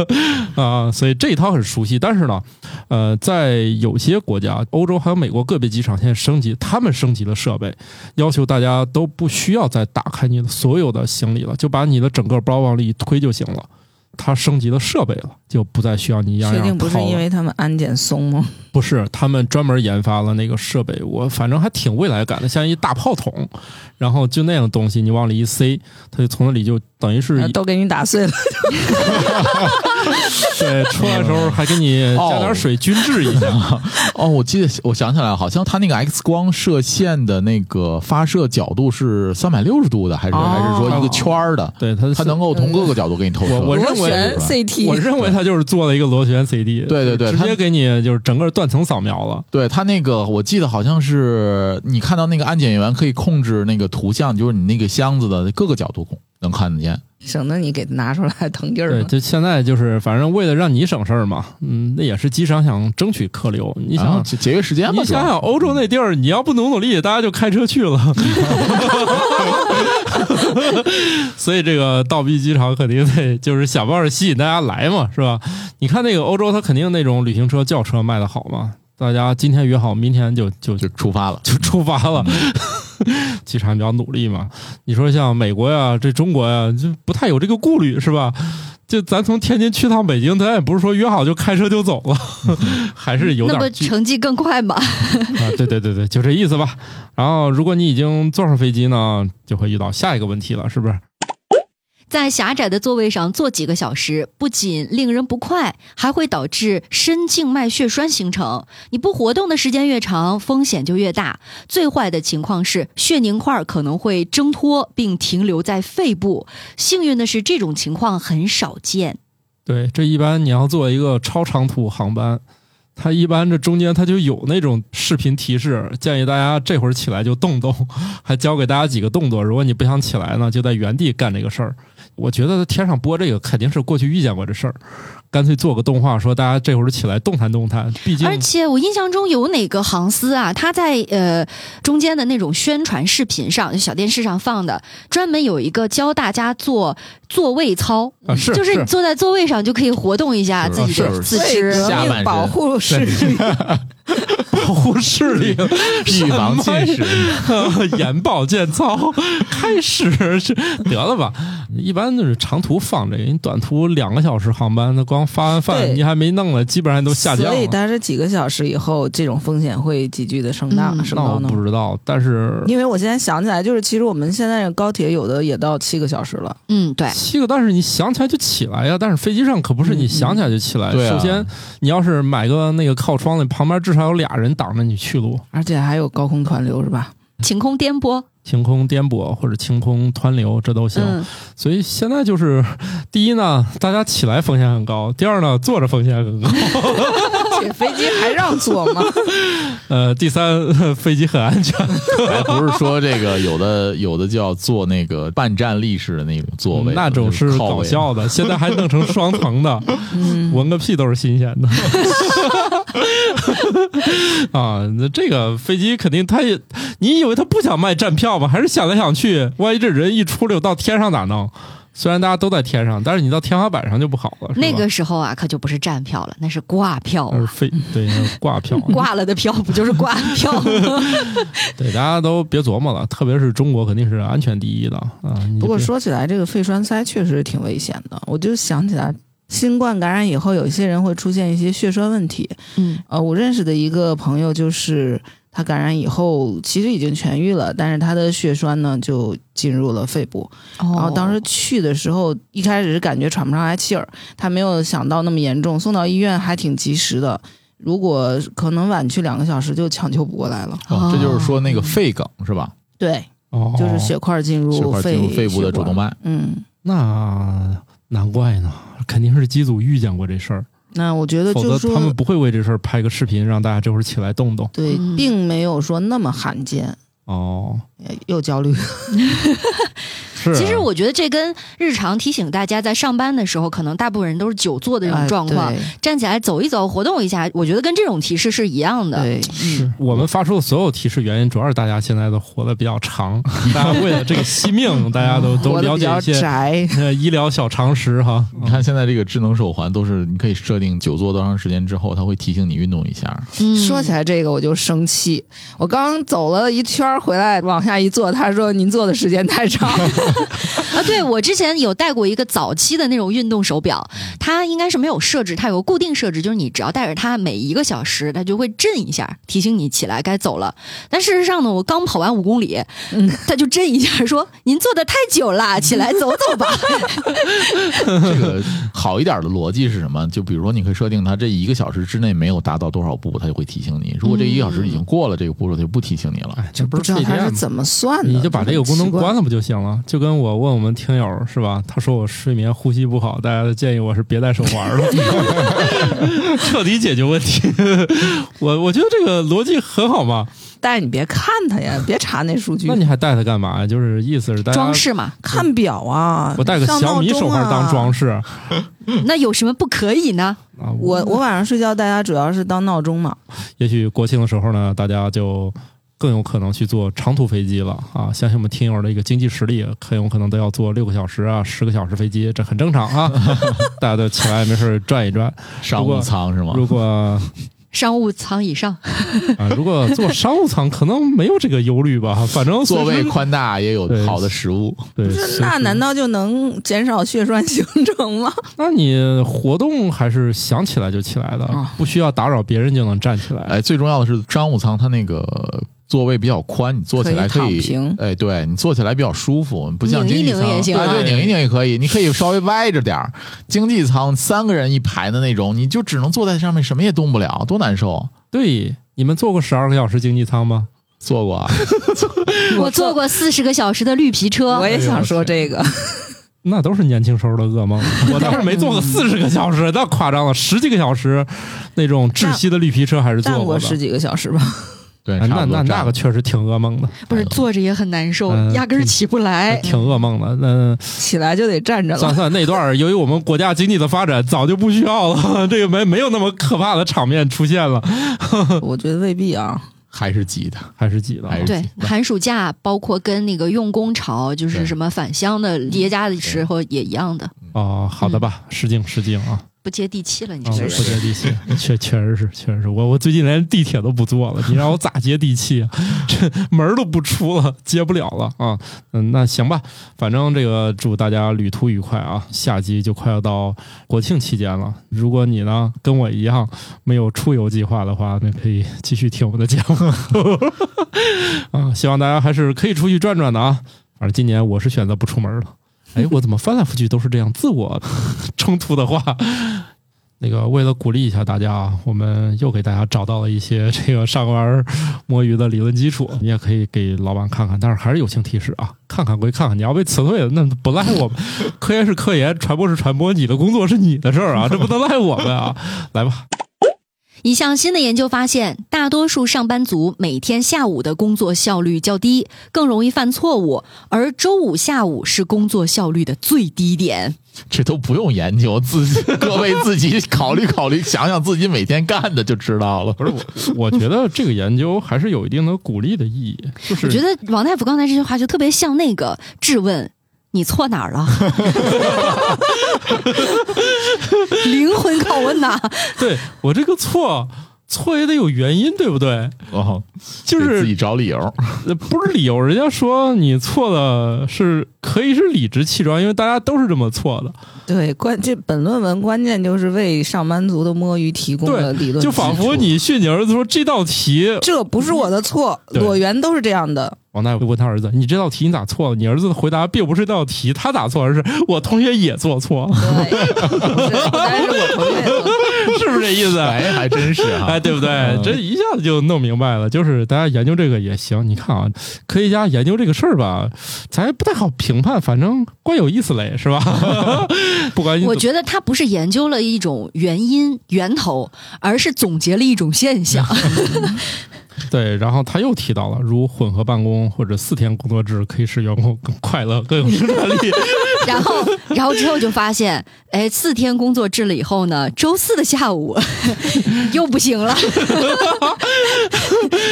Speaker 4: 啊，所以这一套很熟悉。但是呢，呃，在有些国家，欧洲还有美国个别机场现在升级，他们升级了设备，要求大家都不需要再打开你的所有的行李了，就把你的整个包往里一推就行了。它升级了设备了，就不再需要你样
Speaker 3: 确
Speaker 4: 样
Speaker 3: 定不是
Speaker 4: 掏了
Speaker 3: 因为他们安检松吗？
Speaker 4: 不是，他们专门研发了那个设备，我反正还挺未来感的，像一大炮筒，然后就那样东西，你往里一塞，它就从那里就等于是
Speaker 3: 呃都给你打碎了。
Speaker 4: 对哎出来的时候还给你加点 水均质一下，
Speaker 2: 哦，我记得我想起来了，好像它那个 X 光射线的那个发射角度是三百六十度的，还是、
Speaker 3: 哦
Speaker 2: 还是说一个圈儿的？
Speaker 4: 对它
Speaker 2: 它能够从各个角度给你透射。
Speaker 4: 哦我我认为
Speaker 2: 是吧
Speaker 3: CT，
Speaker 4: 我认为它就是做了一个螺旋 CD，
Speaker 2: 对对对
Speaker 4: 直
Speaker 2: 它
Speaker 4: 接给你就是整个断层扫描了。
Speaker 2: 对它那个，我记得好像是你看到那个安检员可以控制那个图像，就是你那个箱子的各个角度控能看得见。
Speaker 3: 省得你给拿出来腾劲儿
Speaker 4: 对，
Speaker 3: 嘛。
Speaker 4: 就现在就是反正为了让你省事儿嘛，嗯，那也是机场想争取客流，你想
Speaker 2: 啊
Speaker 4: 想
Speaker 2: 节节约时间嘛？
Speaker 4: 你
Speaker 2: 主要
Speaker 4: 哎想想，欧洲那地儿，你要不努努力，大家就开车去了。所以这个倒闭机场肯定得就是想办法吸引大家来嘛，是吧？你看那个欧洲，它肯定那种旅行车、轿车卖的好嘛，大家今天约好，明天就就
Speaker 2: 就出发了。
Speaker 4: 就出发了。 机场比较努力嘛，你说像美国呀，这中国呀，就不太有这个顾虑是吧？就咱从天津去趟北京，咱也不是说约好就开车就走了， 还是有
Speaker 1: 那
Speaker 4: 点
Speaker 1: 不
Speaker 4: 距离
Speaker 1: 成绩更快吗？
Speaker 4: 啊，对对对对，就这意思吧。然后，如果你已经坐上飞机呢，就会遇到下一个问题了，是不是？
Speaker 1: 在狭窄的座位上坐几个小时，不仅令人不快，还会导致深静脉血栓形成。你不活动的时间越长，风险就越大。最坏的情况是血凝块可能会挣脱并停留在肺部。幸运的是，这种情况很少见。
Speaker 4: 对，这一般你要坐一个超长途航班，它一般这中间它就有那种视频提示，建议大家这会儿起来就动动，还教给大家几个动作。如果你不想起来呢，就在原地干这个事儿。我觉得天上播这个肯定是过去遇见过这事儿，干脆做个动画，说大家这会儿起来动弹动弹。毕竟
Speaker 1: 而且我印象中有哪个航司啊，他在呃中间的那种宣传视频上，就小电视上放的，专门有一个教大家做座位操。
Speaker 4: 啊，是
Speaker 1: 就是你坐在座位上就可以活动一下
Speaker 2: 是
Speaker 1: 自己
Speaker 2: 是
Speaker 1: 的四
Speaker 3: 最
Speaker 1: 肢。
Speaker 3: 革
Speaker 2: 下半
Speaker 3: 命
Speaker 2: 身
Speaker 3: 保护视力，
Speaker 4: 保护视力，
Speaker 2: 预防近视，
Speaker 4: 眼保健操开始是得了吧？一般就是长途放这个，你短途两个小时航班，那光发完饭
Speaker 3: 对
Speaker 4: 你还没弄呢，基本上都下降
Speaker 3: 所以
Speaker 4: 了。
Speaker 3: 但是几个小时以后，这种风险会急剧的升大
Speaker 1: 嗯
Speaker 3: 升
Speaker 4: 那我
Speaker 3: 高呢。
Speaker 4: 不知道，但是
Speaker 3: 因为我现在想起来，就是其实我们现在高铁有的也到七个小时了，
Speaker 1: 嗯，对。
Speaker 4: 七个，但是你想起来就起来呀。但是飞机上可不是你想起来就起来。
Speaker 2: 对啊
Speaker 4: 首先，你要是买个那个靠窗的，旁边至少有俩人挡着你去路，
Speaker 3: 而且还有高空湍流，是 吧？
Speaker 1: 晴空颠簸，
Speaker 4: 晴空颠簸或者晴空湍流，这都行。
Speaker 1: 嗯，
Speaker 4: 所以现在就是，第一呢，大家起来风险很高；第二呢，坐着风险很高。
Speaker 3: 且飞机还让坐吗？
Speaker 4: 呃，第三， 飞机很安全，
Speaker 2: 还不是说这个有的有的就要坐那个半站立式的那种座位，
Speaker 4: 嗯那种
Speaker 2: 就是靠
Speaker 4: 搞
Speaker 2: 位
Speaker 4: 笑的，现在还弄成双 层的，
Speaker 3: 嗯
Speaker 4: 闻个屁都是新鲜的。 啊，那这个飞机肯定他也，你以为他不想卖站票吗？还是想来想去，万一这人一出溜到天上咋弄？虽然大家都在天上，但是你到天花板上就不好了。是吧
Speaker 1: 那个时候啊，可就不是站票了，那是挂票
Speaker 4: 那是
Speaker 1: 啊。
Speaker 4: 飞对那是 挂票，
Speaker 1: 挂了的票不就是挂票吗？
Speaker 4: 对大家都别琢磨了，特别是中国肯定是安全第一的啊。你
Speaker 3: 不过
Speaker 4: 别
Speaker 3: 说起来，这个肺栓塞确实挺危险的。我就想起来，新冠感染以后，有一些人会出现一些血栓问题。
Speaker 1: 嗯，
Speaker 3: 呃，我认识的一个朋友就是他感染以后，其实已经痊愈了，但是他的血栓呢就进入了肺部。然
Speaker 1: 哦
Speaker 3: 后哦当时去的时候，一开始是感觉喘不上来气儿，他没有想到那么严重，送到医院还挺及时的。如果可能晚去两个小时，就抢救不过来了。
Speaker 2: 哦这就是说那个肺梗是吧？
Speaker 3: 对，
Speaker 4: 哦，
Speaker 3: 就是血块进入
Speaker 2: 血块进入肺
Speaker 3: 肺
Speaker 2: 部的
Speaker 3: 血
Speaker 2: 主
Speaker 3: 管
Speaker 2: 动脉。
Speaker 3: 嗯，
Speaker 4: 那难怪呢，肯定是机组遇见过这事儿。
Speaker 3: 那我觉得
Speaker 4: 否
Speaker 3: 就是
Speaker 4: 则他们
Speaker 3: 说，
Speaker 4: 不会为这事儿拍个视频让大家这会儿起来动动。
Speaker 3: 对
Speaker 1: 嗯，
Speaker 3: 并没有说那么罕见，
Speaker 4: 哦，
Speaker 3: 呃又焦虑。
Speaker 4: 是啊。
Speaker 1: 其实我觉得这跟日常提醒大家在上班的时候，可能大部分人都是久坐的这种
Speaker 3: 哎
Speaker 1: 状况，
Speaker 3: 对
Speaker 1: 站起来走一走，活动一下，我觉得跟这种提示是一样的。
Speaker 3: 对，嗯
Speaker 4: 是我们发出的所有提示原因，主要是大家现在都活得比较 长，大家为了这个惜命，大家都都
Speaker 3: 嗯活得
Speaker 4: 了
Speaker 3: 比
Speaker 4: 解
Speaker 3: 较嗯
Speaker 4: 一些
Speaker 3: 宅，
Speaker 4: 呃医疗小常识哈。
Speaker 2: 你看现在这个智能手环都是你可以设定久坐多长时间之后，它会提醒你运动一 下。
Speaker 1: 嗯
Speaker 3: 说起来这个我就生气。我刚走了一圈儿回来，往下一坐，他说您坐的时间太长。
Speaker 1: 啊，对我之前有戴过一个早期的那种运动手表，
Speaker 3: 嗯
Speaker 1: 它应该是没有设置，它有个固定设置，就是你只要戴着它，每一个小时它就会震一下，提醒你起来该走了。但事实上呢，我刚跑完五公里，
Speaker 3: 嗯
Speaker 1: 它就震一下说：“您坐的太久了，起来走走吧。
Speaker 2: 这个好一点的逻辑是什么？就比如说，你可以设定它这一个小时之内没有达到多少步，它就会提醒你。如果这一个小时已经过了这个步骤，它就不提醒你了。
Speaker 4: 哎，这 不
Speaker 3: 不知
Speaker 4: 是
Speaker 3: 道
Speaker 4: 费
Speaker 3: 他
Speaker 4: 电
Speaker 3: 是
Speaker 4: 吗？
Speaker 3: 怎么算的，
Speaker 4: 你就把这个功
Speaker 3: 很
Speaker 4: 能
Speaker 3: 奇怪
Speaker 4: 关了不就行了？就跟我问我们听友是吧？他说我睡眠呼吸不好，大家的建议我是别戴手环了， 彻底解决问题。我我觉得这个逻辑很好嘛。
Speaker 3: 但你别看它呀，别查那数据
Speaker 4: 那，你还带它干嘛呀？就是意思是大”家
Speaker 1: 装饰嘛，
Speaker 3: 看表啊。
Speaker 4: 我带个
Speaker 3: 上
Speaker 4: 小米
Speaker 3: 闹
Speaker 4: 手
Speaker 3: 钟
Speaker 4: 环当
Speaker 3: 啊
Speaker 4: 装饰啊！
Speaker 3: 嗯
Speaker 1: 嗯那有什么不可以呢？
Speaker 3: 我我晚上睡觉，大家主要是当闹钟嘛。
Speaker 4: 也许国庆的时候呢，大家就更有可能去坐长途飞机了啊！相信我们听友的一个经济实力，很有可能都要坐六个小时啊、十个小时飞机，这很正常啊。 大家都起来没事儿转一转。
Speaker 2: 商务舱是吗？
Speaker 4: 如果啊、
Speaker 1: 商务舱以 上，
Speaker 4: 如果坐商务舱，可能没有这个忧虑吧。反正随
Speaker 2: 座位
Speaker 4: 时
Speaker 2: 宽大也有好的食物，
Speaker 4: 对，
Speaker 3: 不
Speaker 4: 随
Speaker 3: 是，
Speaker 4: 时
Speaker 3: 那难道就能减少血栓形成吗？
Speaker 4: 那你活动还是想起来就起来的
Speaker 3: 啊，
Speaker 4: 不需要打扰别人就能站起来。
Speaker 2: 哎，最重要的是商务舱它那个座位比较宽，你坐起来可
Speaker 3: 可以
Speaker 2: 以，
Speaker 3: 躺平
Speaker 2: 哎，对你坐起来比较舒服，不像经
Speaker 1: 拧一
Speaker 2: 济
Speaker 1: 拧
Speaker 2: 舱，
Speaker 1: 也行
Speaker 2: 对对，
Speaker 4: 啊
Speaker 2: 拧一拧也可以，你可以稍微歪着点儿。经济舱三个人一排的那种，你就只能坐在上面，什么也动不了，多难受。
Speaker 4: 对，你们坐过十二个小时经济舱吗？
Speaker 2: 坐过 啊，
Speaker 1: 我坐过四十个小时的绿皮车，哎
Speaker 3: 我也想说这个，
Speaker 4: 那都是年轻时候的噩 梦。我当时没坐过四十个小时，那夸张了，十几个小时，那种窒息的绿皮车还是坐
Speaker 3: 站
Speaker 4: 过
Speaker 3: 过
Speaker 4: 的。
Speaker 3: 十几个小时吧。
Speaker 2: 对，
Speaker 4: 啊
Speaker 2: 差不
Speaker 4: 那
Speaker 2: 多
Speaker 4: 那
Speaker 2: 这
Speaker 4: 那
Speaker 2: 样
Speaker 4: 个确实挺噩梦的，
Speaker 1: 不是坐着也很难受，
Speaker 4: 嗯
Speaker 1: 压根儿起不
Speaker 3: 哎嗯
Speaker 1: 来。
Speaker 4: 挺噩梦的。那
Speaker 3: 起来就得站着
Speaker 4: 算
Speaker 3: 了。
Speaker 4: 算那段儿，由于我们国家经济的发展，早就不需要了，这个没没有那么可怕的场面出现了，
Speaker 3: 我觉得未必啊。
Speaker 2: 还是挤的，
Speaker 4: 还是挤的。
Speaker 2: 还是
Speaker 1: 对
Speaker 2: 挤，的
Speaker 1: 寒暑假包括跟那个用工潮，就
Speaker 2: 对
Speaker 1: 是什么返乡的叠加的时候也一样的，
Speaker 4: 哦，好的吧，失敬失敬啊，
Speaker 1: 不接地气了。你
Speaker 4: 啊，
Speaker 1: 这
Speaker 4: 我
Speaker 1: 个
Speaker 4: 不
Speaker 1: 人，
Speaker 4: 接地气，确确实是，确实是我我最近连地铁都不坐了，你让我咋接地气啊？这门儿都不出了，接不了了啊。嗯，那行吧，反正这个祝大家旅途愉快啊！夏季就快要到国庆期间了，如果你呢跟我一样没有出游计划的话，那可以继续听我们的节目 啊。希望大家还是可以出去转转的啊。反正今年我是选择不出门了。哎，我怎么翻来覆去都是这样自我 冲突的话？那个，为了鼓励一下大家啊，我们又给大家找到了一些这个上班儿摸鱼的理论基础，你也可以给老板看看，但是还是有性提示啊，看看归看看，你要被辞退了，那不赖我们，科研是科研，传播是传播，你的工作是你的事儿啊，这不能赖我们啊，来吧，
Speaker 1: 一项新的研究发现，大多数上班族每天下午的工作效率较低，更容易犯错误，而周五下午是工作效率的最低点。
Speaker 2: 这都不用研究，自己各位自己考虑考虑，想想自己每天干的就知道了。
Speaker 4: 不是我，我觉得这个研究还是有一定的鼓励的意义。就是
Speaker 1: 我觉得王大夫刚才这句话就特别像那个质问：你错哪儿了？灵魂拷问呐！
Speaker 4: 对我这个错错也得有原因，对不对？
Speaker 2: 哦，
Speaker 4: 就
Speaker 2: 给自己
Speaker 4: 是
Speaker 2: 找理由。
Speaker 4: 呃不是理由，人家说你错了是可以是理直气壮，因为大家都是这么错的。
Speaker 3: 对，关这本论文关键就是为上班族的摸鱼提供了理论
Speaker 4: 就仿佛
Speaker 3: 基础
Speaker 4: 你训你儿子说这道题，
Speaker 3: 这不是我的错，
Speaker 4: 对
Speaker 3: 裸源都是这样 的。
Speaker 4: 王大夫问他儿子：“你这道题你咋错了？”你儿子的回答并不是这道题他咋错，而是我同学也做错，
Speaker 3: 啊对，不是不单是我同学做的，
Speaker 4: 是不是这意思？啊
Speaker 2: 哎，还真是哈、
Speaker 4: 哎，对不对
Speaker 2: 嗯？
Speaker 4: 这一下子就弄明白了，就是大家研究这个也行。你看啊，科学家研究这个事儿吧，咱也不太好评判，反正怪有意思嘞，是吧？ 不管你怎
Speaker 1: 我
Speaker 4: 么
Speaker 1: 觉得他不是研究了一种原因源头，而是总结了一种现 象。
Speaker 4: 对，然后他又提到了，如混合办公或者四天工作制，可以使员工更快乐、更有生 产力。
Speaker 1: 然后，然后之后就发现，哎，四天工作制了以后呢，周四的下午 又不行了，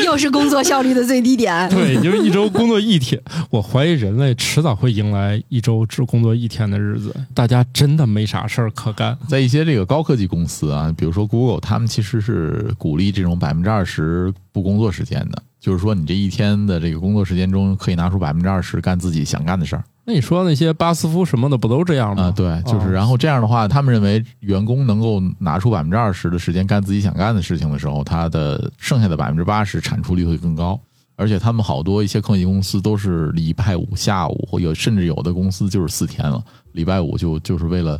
Speaker 1: 又是工作效率的最低点。
Speaker 4: 对，就是一周工作一天。我怀疑人类迟早会迎来一周只工作一天的日子，大家真的没啥事儿可干。
Speaker 2: 在一些这个高科技公司啊，比如说 Google，他们其实是鼓励这种百分之二十不工作时间的，就是说你这一天的这个工作时间中，可以拿出百分之二十干自己想干的事儿
Speaker 4: 那你说那些巴斯夫什么的，不都这样吗？
Speaker 2: 啊。对，就是
Speaker 4: 哦
Speaker 2: 然后这样的话，他们认为员工能够拿出百分之二十的时间干自己想干的事情的时候，他的剩下的百分之八十产出率会更高。而且他们好多一些科技公司都是礼拜五下午，或有甚至有的公司就是四天了，礼拜五就就是为了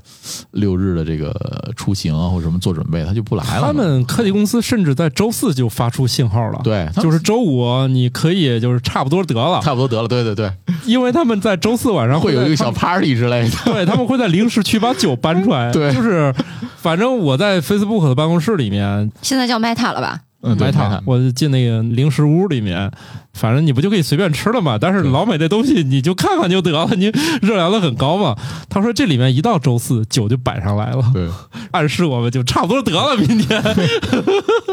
Speaker 2: 六日的这个出行啊或者什么做准备，他就不来了嘛。
Speaker 4: 他们科技公司甚至在周四就发出信号了，，
Speaker 2: 对，他们
Speaker 4: 就是周五你可以就是差不多得了，
Speaker 2: 差不多得了。对对对，
Speaker 4: 因为他们在周四晚上
Speaker 2: 会有一个
Speaker 4: 在
Speaker 2: 小 party 之类的。
Speaker 4: 对他们会在零食区把酒搬出来，
Speaker 2: 对
Speaker 4: 就是反正我在 Facebook 的办公室里面
Speaker 1: 现在叫 Meta 了吧？
Speaker 2: 嗯，对
Speaker 4: 买塔，我就进那个零食屋里面，反正你不就可以随便吃了嘛？但是
Speaker 2: 对
Speaker 4: 老美这东西你就看看就得了，你热量都很高嘛。他说这里面一到周四酒就摆上来了，
Speaker 2: 对，
Speaker 4: 暗示我们就差不多得了，明天。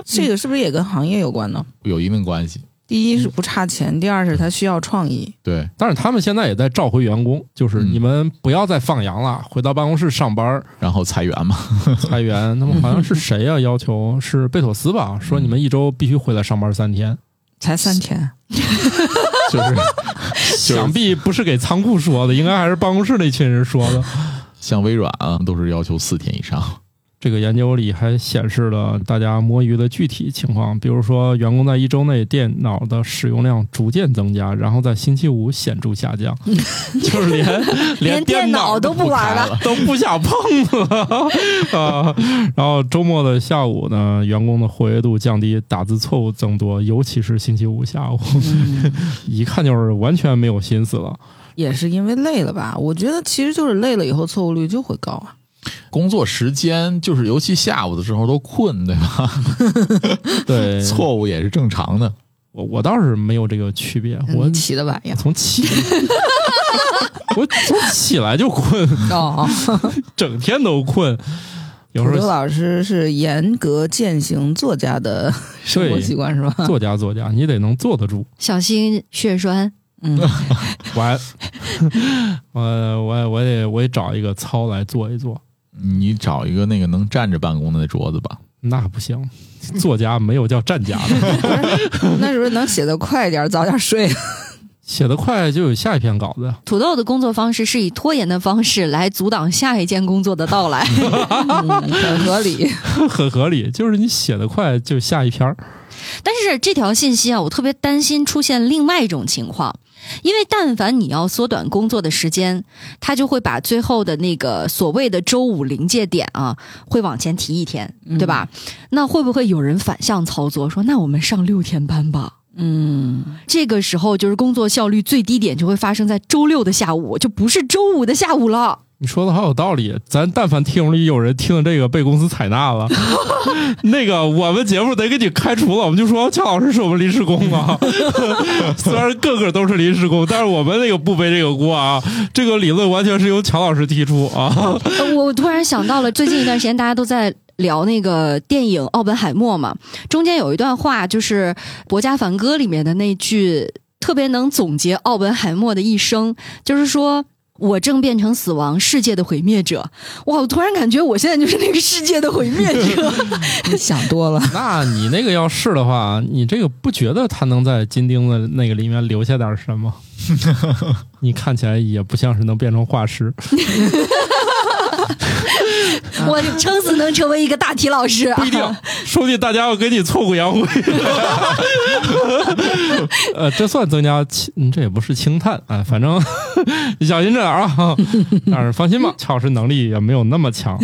Speaker 3: 这个是不是也跟行业有关呢？
Speaker 2: 有一定关系。
Speaker 3: 第一是不差钱，第二是他需要创意。
Speaker 2: 对，
Speaker 4: 但是他们现在也在召回员工，就是
Speaker 2: 嗯
Speaker 4: 你们不要再放羊了，回到办公室上班
Speaker 2: 然后裁员嘛，
Speaker 4: 裁员。他们好像是谁呀、要求是贝妥斯吧？说你
Speaker 2: 嗯
Speaker 4: 们一周必须回来上班三天，
Speaker 3: 才三天，
Speaker 2: 就是
Speaker 4: 想必不是给仓库说的，应该还是办公室那群人说的。
Speaker 2: 像微软啊，都是要求四天以上。
Speaker 4: 这个研究里还显示了大家摸鱼的具体情况，比如说员工在一周内电脑的使用量逐渐增加，然后在星期五显著下 降，就是连
Speaker 1: 连
Speaker 4: 电
Speaker 1: 电脑都
Speaker 4: 都
Speaker 1: 不玩了，
Speaker 4: 都不想碰了 啊。然后周末的下午呢，员工的活跃度降低，打字错误增多，尤其是星期五下午，
Speaker 1: 嗯
Speaker 4: 一看就是完全没有心思了。
Speaker 3: 也是因为累了吧？我觉得其实就是累了以后错误率就会高啊。
Speaker 2: 工作时间就是，尤其下午的时候都困，对吧？
Speaker 4: 对，
Speaker 2: 错误也是正常的。
Speaker 4: 我我倒是没有这个区别，我，
Speaker 3: 你起的晚呀
Speaker 4: 从起， 我从起来就困，
Speaker 3: 哦，
Speaker 4: 整天都困。有
Speaker 3: 土
Speaker 4: 时
Speaker 3: 豆
Speaker 4: 候
Speaker 3: 老师是严格践行作家的生活习惯是吧？
Speaker 4: 作家作家，你得能坐得住。
Speaker 1: 小心血栓。
Speaker 3: 嗯，
Speaker 4: 完，我我我得我得找一个操来做一做，
Speaker 2: 你找一个那个能站着办公的那桌子吧。
Speaker 4: 那不行，作家没有叫站家的，
Speaker 3: 那是不是能写的快点儿，早点睡？
Speaker 4: 写得快就有下一篇稿子。
Speaker 1: 土豆的工作方式是以拖延的方式来阻挡下一件工作的到来。
Speaker 3: 嗯，很合理。
Speaker 4: 很合理，就是你写得快就下一篇儿。
Speaker 1: 但是这条信息啊，我特别担心出现另外一种情况，因为但凡你要缩短工作的时间，他就会把最后的那个所谓的周五临界点啊，会往前提一天，对吧？那会不会有人反向操作，说那我们上六天班吧？
Speaker 3: 嗯，
Speaker 1: 这个时候就是工作效率最低点就会发生在周六的下午，就不是周五的下午了。
Speaker 4: 你说的好有道理，咱但凡听友里有人听这个被公司采纳了，那个我们节目得给你开除了。我们就说乔老师是我们临时工啊， 虽然个个都是临时工，但是我们那个不背这个锅啊。这个理论完全是由乔老师提出啊。
Speaker 1: 呃我突然想到了，最近一段时间大家都在聊那个电影《奥本海默》嘛，中间有一段话，就是《博家梵歌》里面的那句，特别能总结奥本海默的一生，就是说。我正变成死亡，世界的毁灭者。哇！我突然感觉我现在就是那个世界的毁灭者。
Speaker 3: 你想多了。
Speaker 4: 那你那个要是的话，你这个不觉得他能在金钉子那个里面留下点什 么？你看起来也不像是能变成化石。
Speaker 1: 我撑死能成为一个大体老师、啊，
Speaker 4: 不一定， 说不定大家要给你挫骨扬灰。 呃，这算增加轻，嗯这也不是轻叹啊、哎反正 你小心着点儿啊。 但是放心吧，乔老师能力也没有那么 强，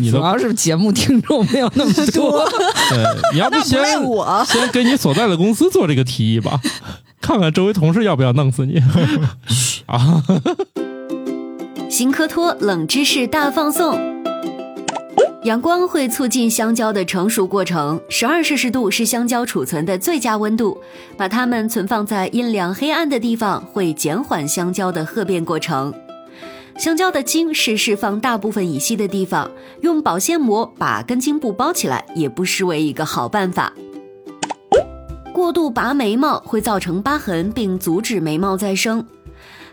Speaker 4: 你
Speaker 3: 主
Speaker 1: 啊
Speaker 4: 的
Speaker 3: 要是节目听众没有那么多，
Speaker 4: 呃对，你要不
Speaker 1: 那不
Speaker 4: 先
Speaker 1: 赖我。
Speaker 4: 先给你所在的公司做这个提议吧，看看周围同事要不要弄死你啊。
Speaker 5: 新科托冷知识大放送。阳光会促进香蕉的成熟过程，十二摄氏度是香蕉储存的最佳温度。把它们存放在阴凉黑暗的地方，会减缓香蕉的褐变过程。香蕉的茎是释放大部分乙烯的地方，用保鲜膜把根茎部包起来也不失为一个好办法。过度拔眉毛会造成疤痕，并阻止眉毛再生。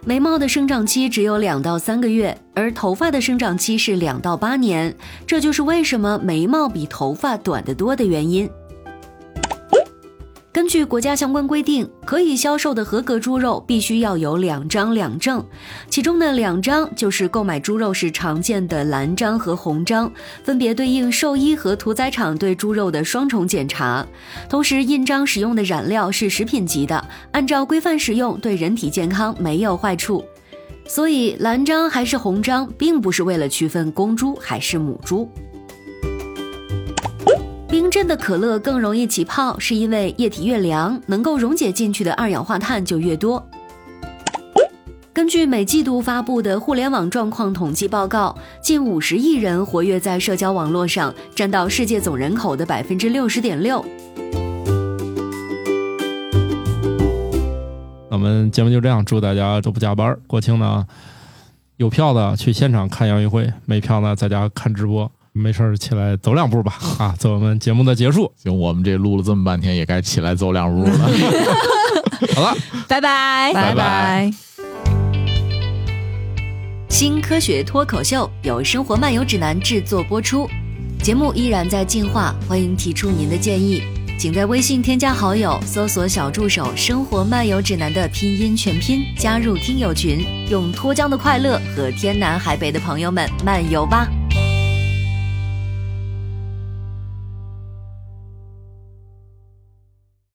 Speaker 5: 眉毛的生长期只有两到三个月，而头发的生长期是两到八年，这就是为什么眉毛比头发短得多的原因。根据国家相关规定，可以销售的合格猪肉必须要有两张两证，其中的两张就是购买猪肉时常见的蓝章和红章，分别对应兽医和屠宰场对猪肉的双重检查。同时，印章使用的染料是食品级的，按照规范使用对人体健康没有坏处。所以，蓝章还是红章，并不是为了区分公猪还是母猪。冰镇的可乐更容易起泡，是因为液体越凉，能够溶解进去的二氧化碳就越多。根据每季度发布的互联网状况统计报告，近五十亿人活跃在社交网络上，占到世界总人口的百分之六十点六。
Speaker 4: 我们节目就这样，祝大家都不加班儿。国庆呢，有票的去现场看杨运会，没票呢在家看直播。没事儿起来走两步吧，啊，做我们节目的结束。
Speaker 2: 行，我们这录了这么半天，也该起来走两步了。
Speaker 4: 好了，
Speaker 1: 拜拜。
Speaker 2: 拜拜。
Speaker 5: 新科学脱口秀由生活漫游指南制作播出，节目依然在进化，欢迎提出您的建议，请在微信添加好友，搜索小助手“生活漫游指南”的拼音全拼，加入听友群，用脱缰的快乐和天南海北的朋友们漫游吧。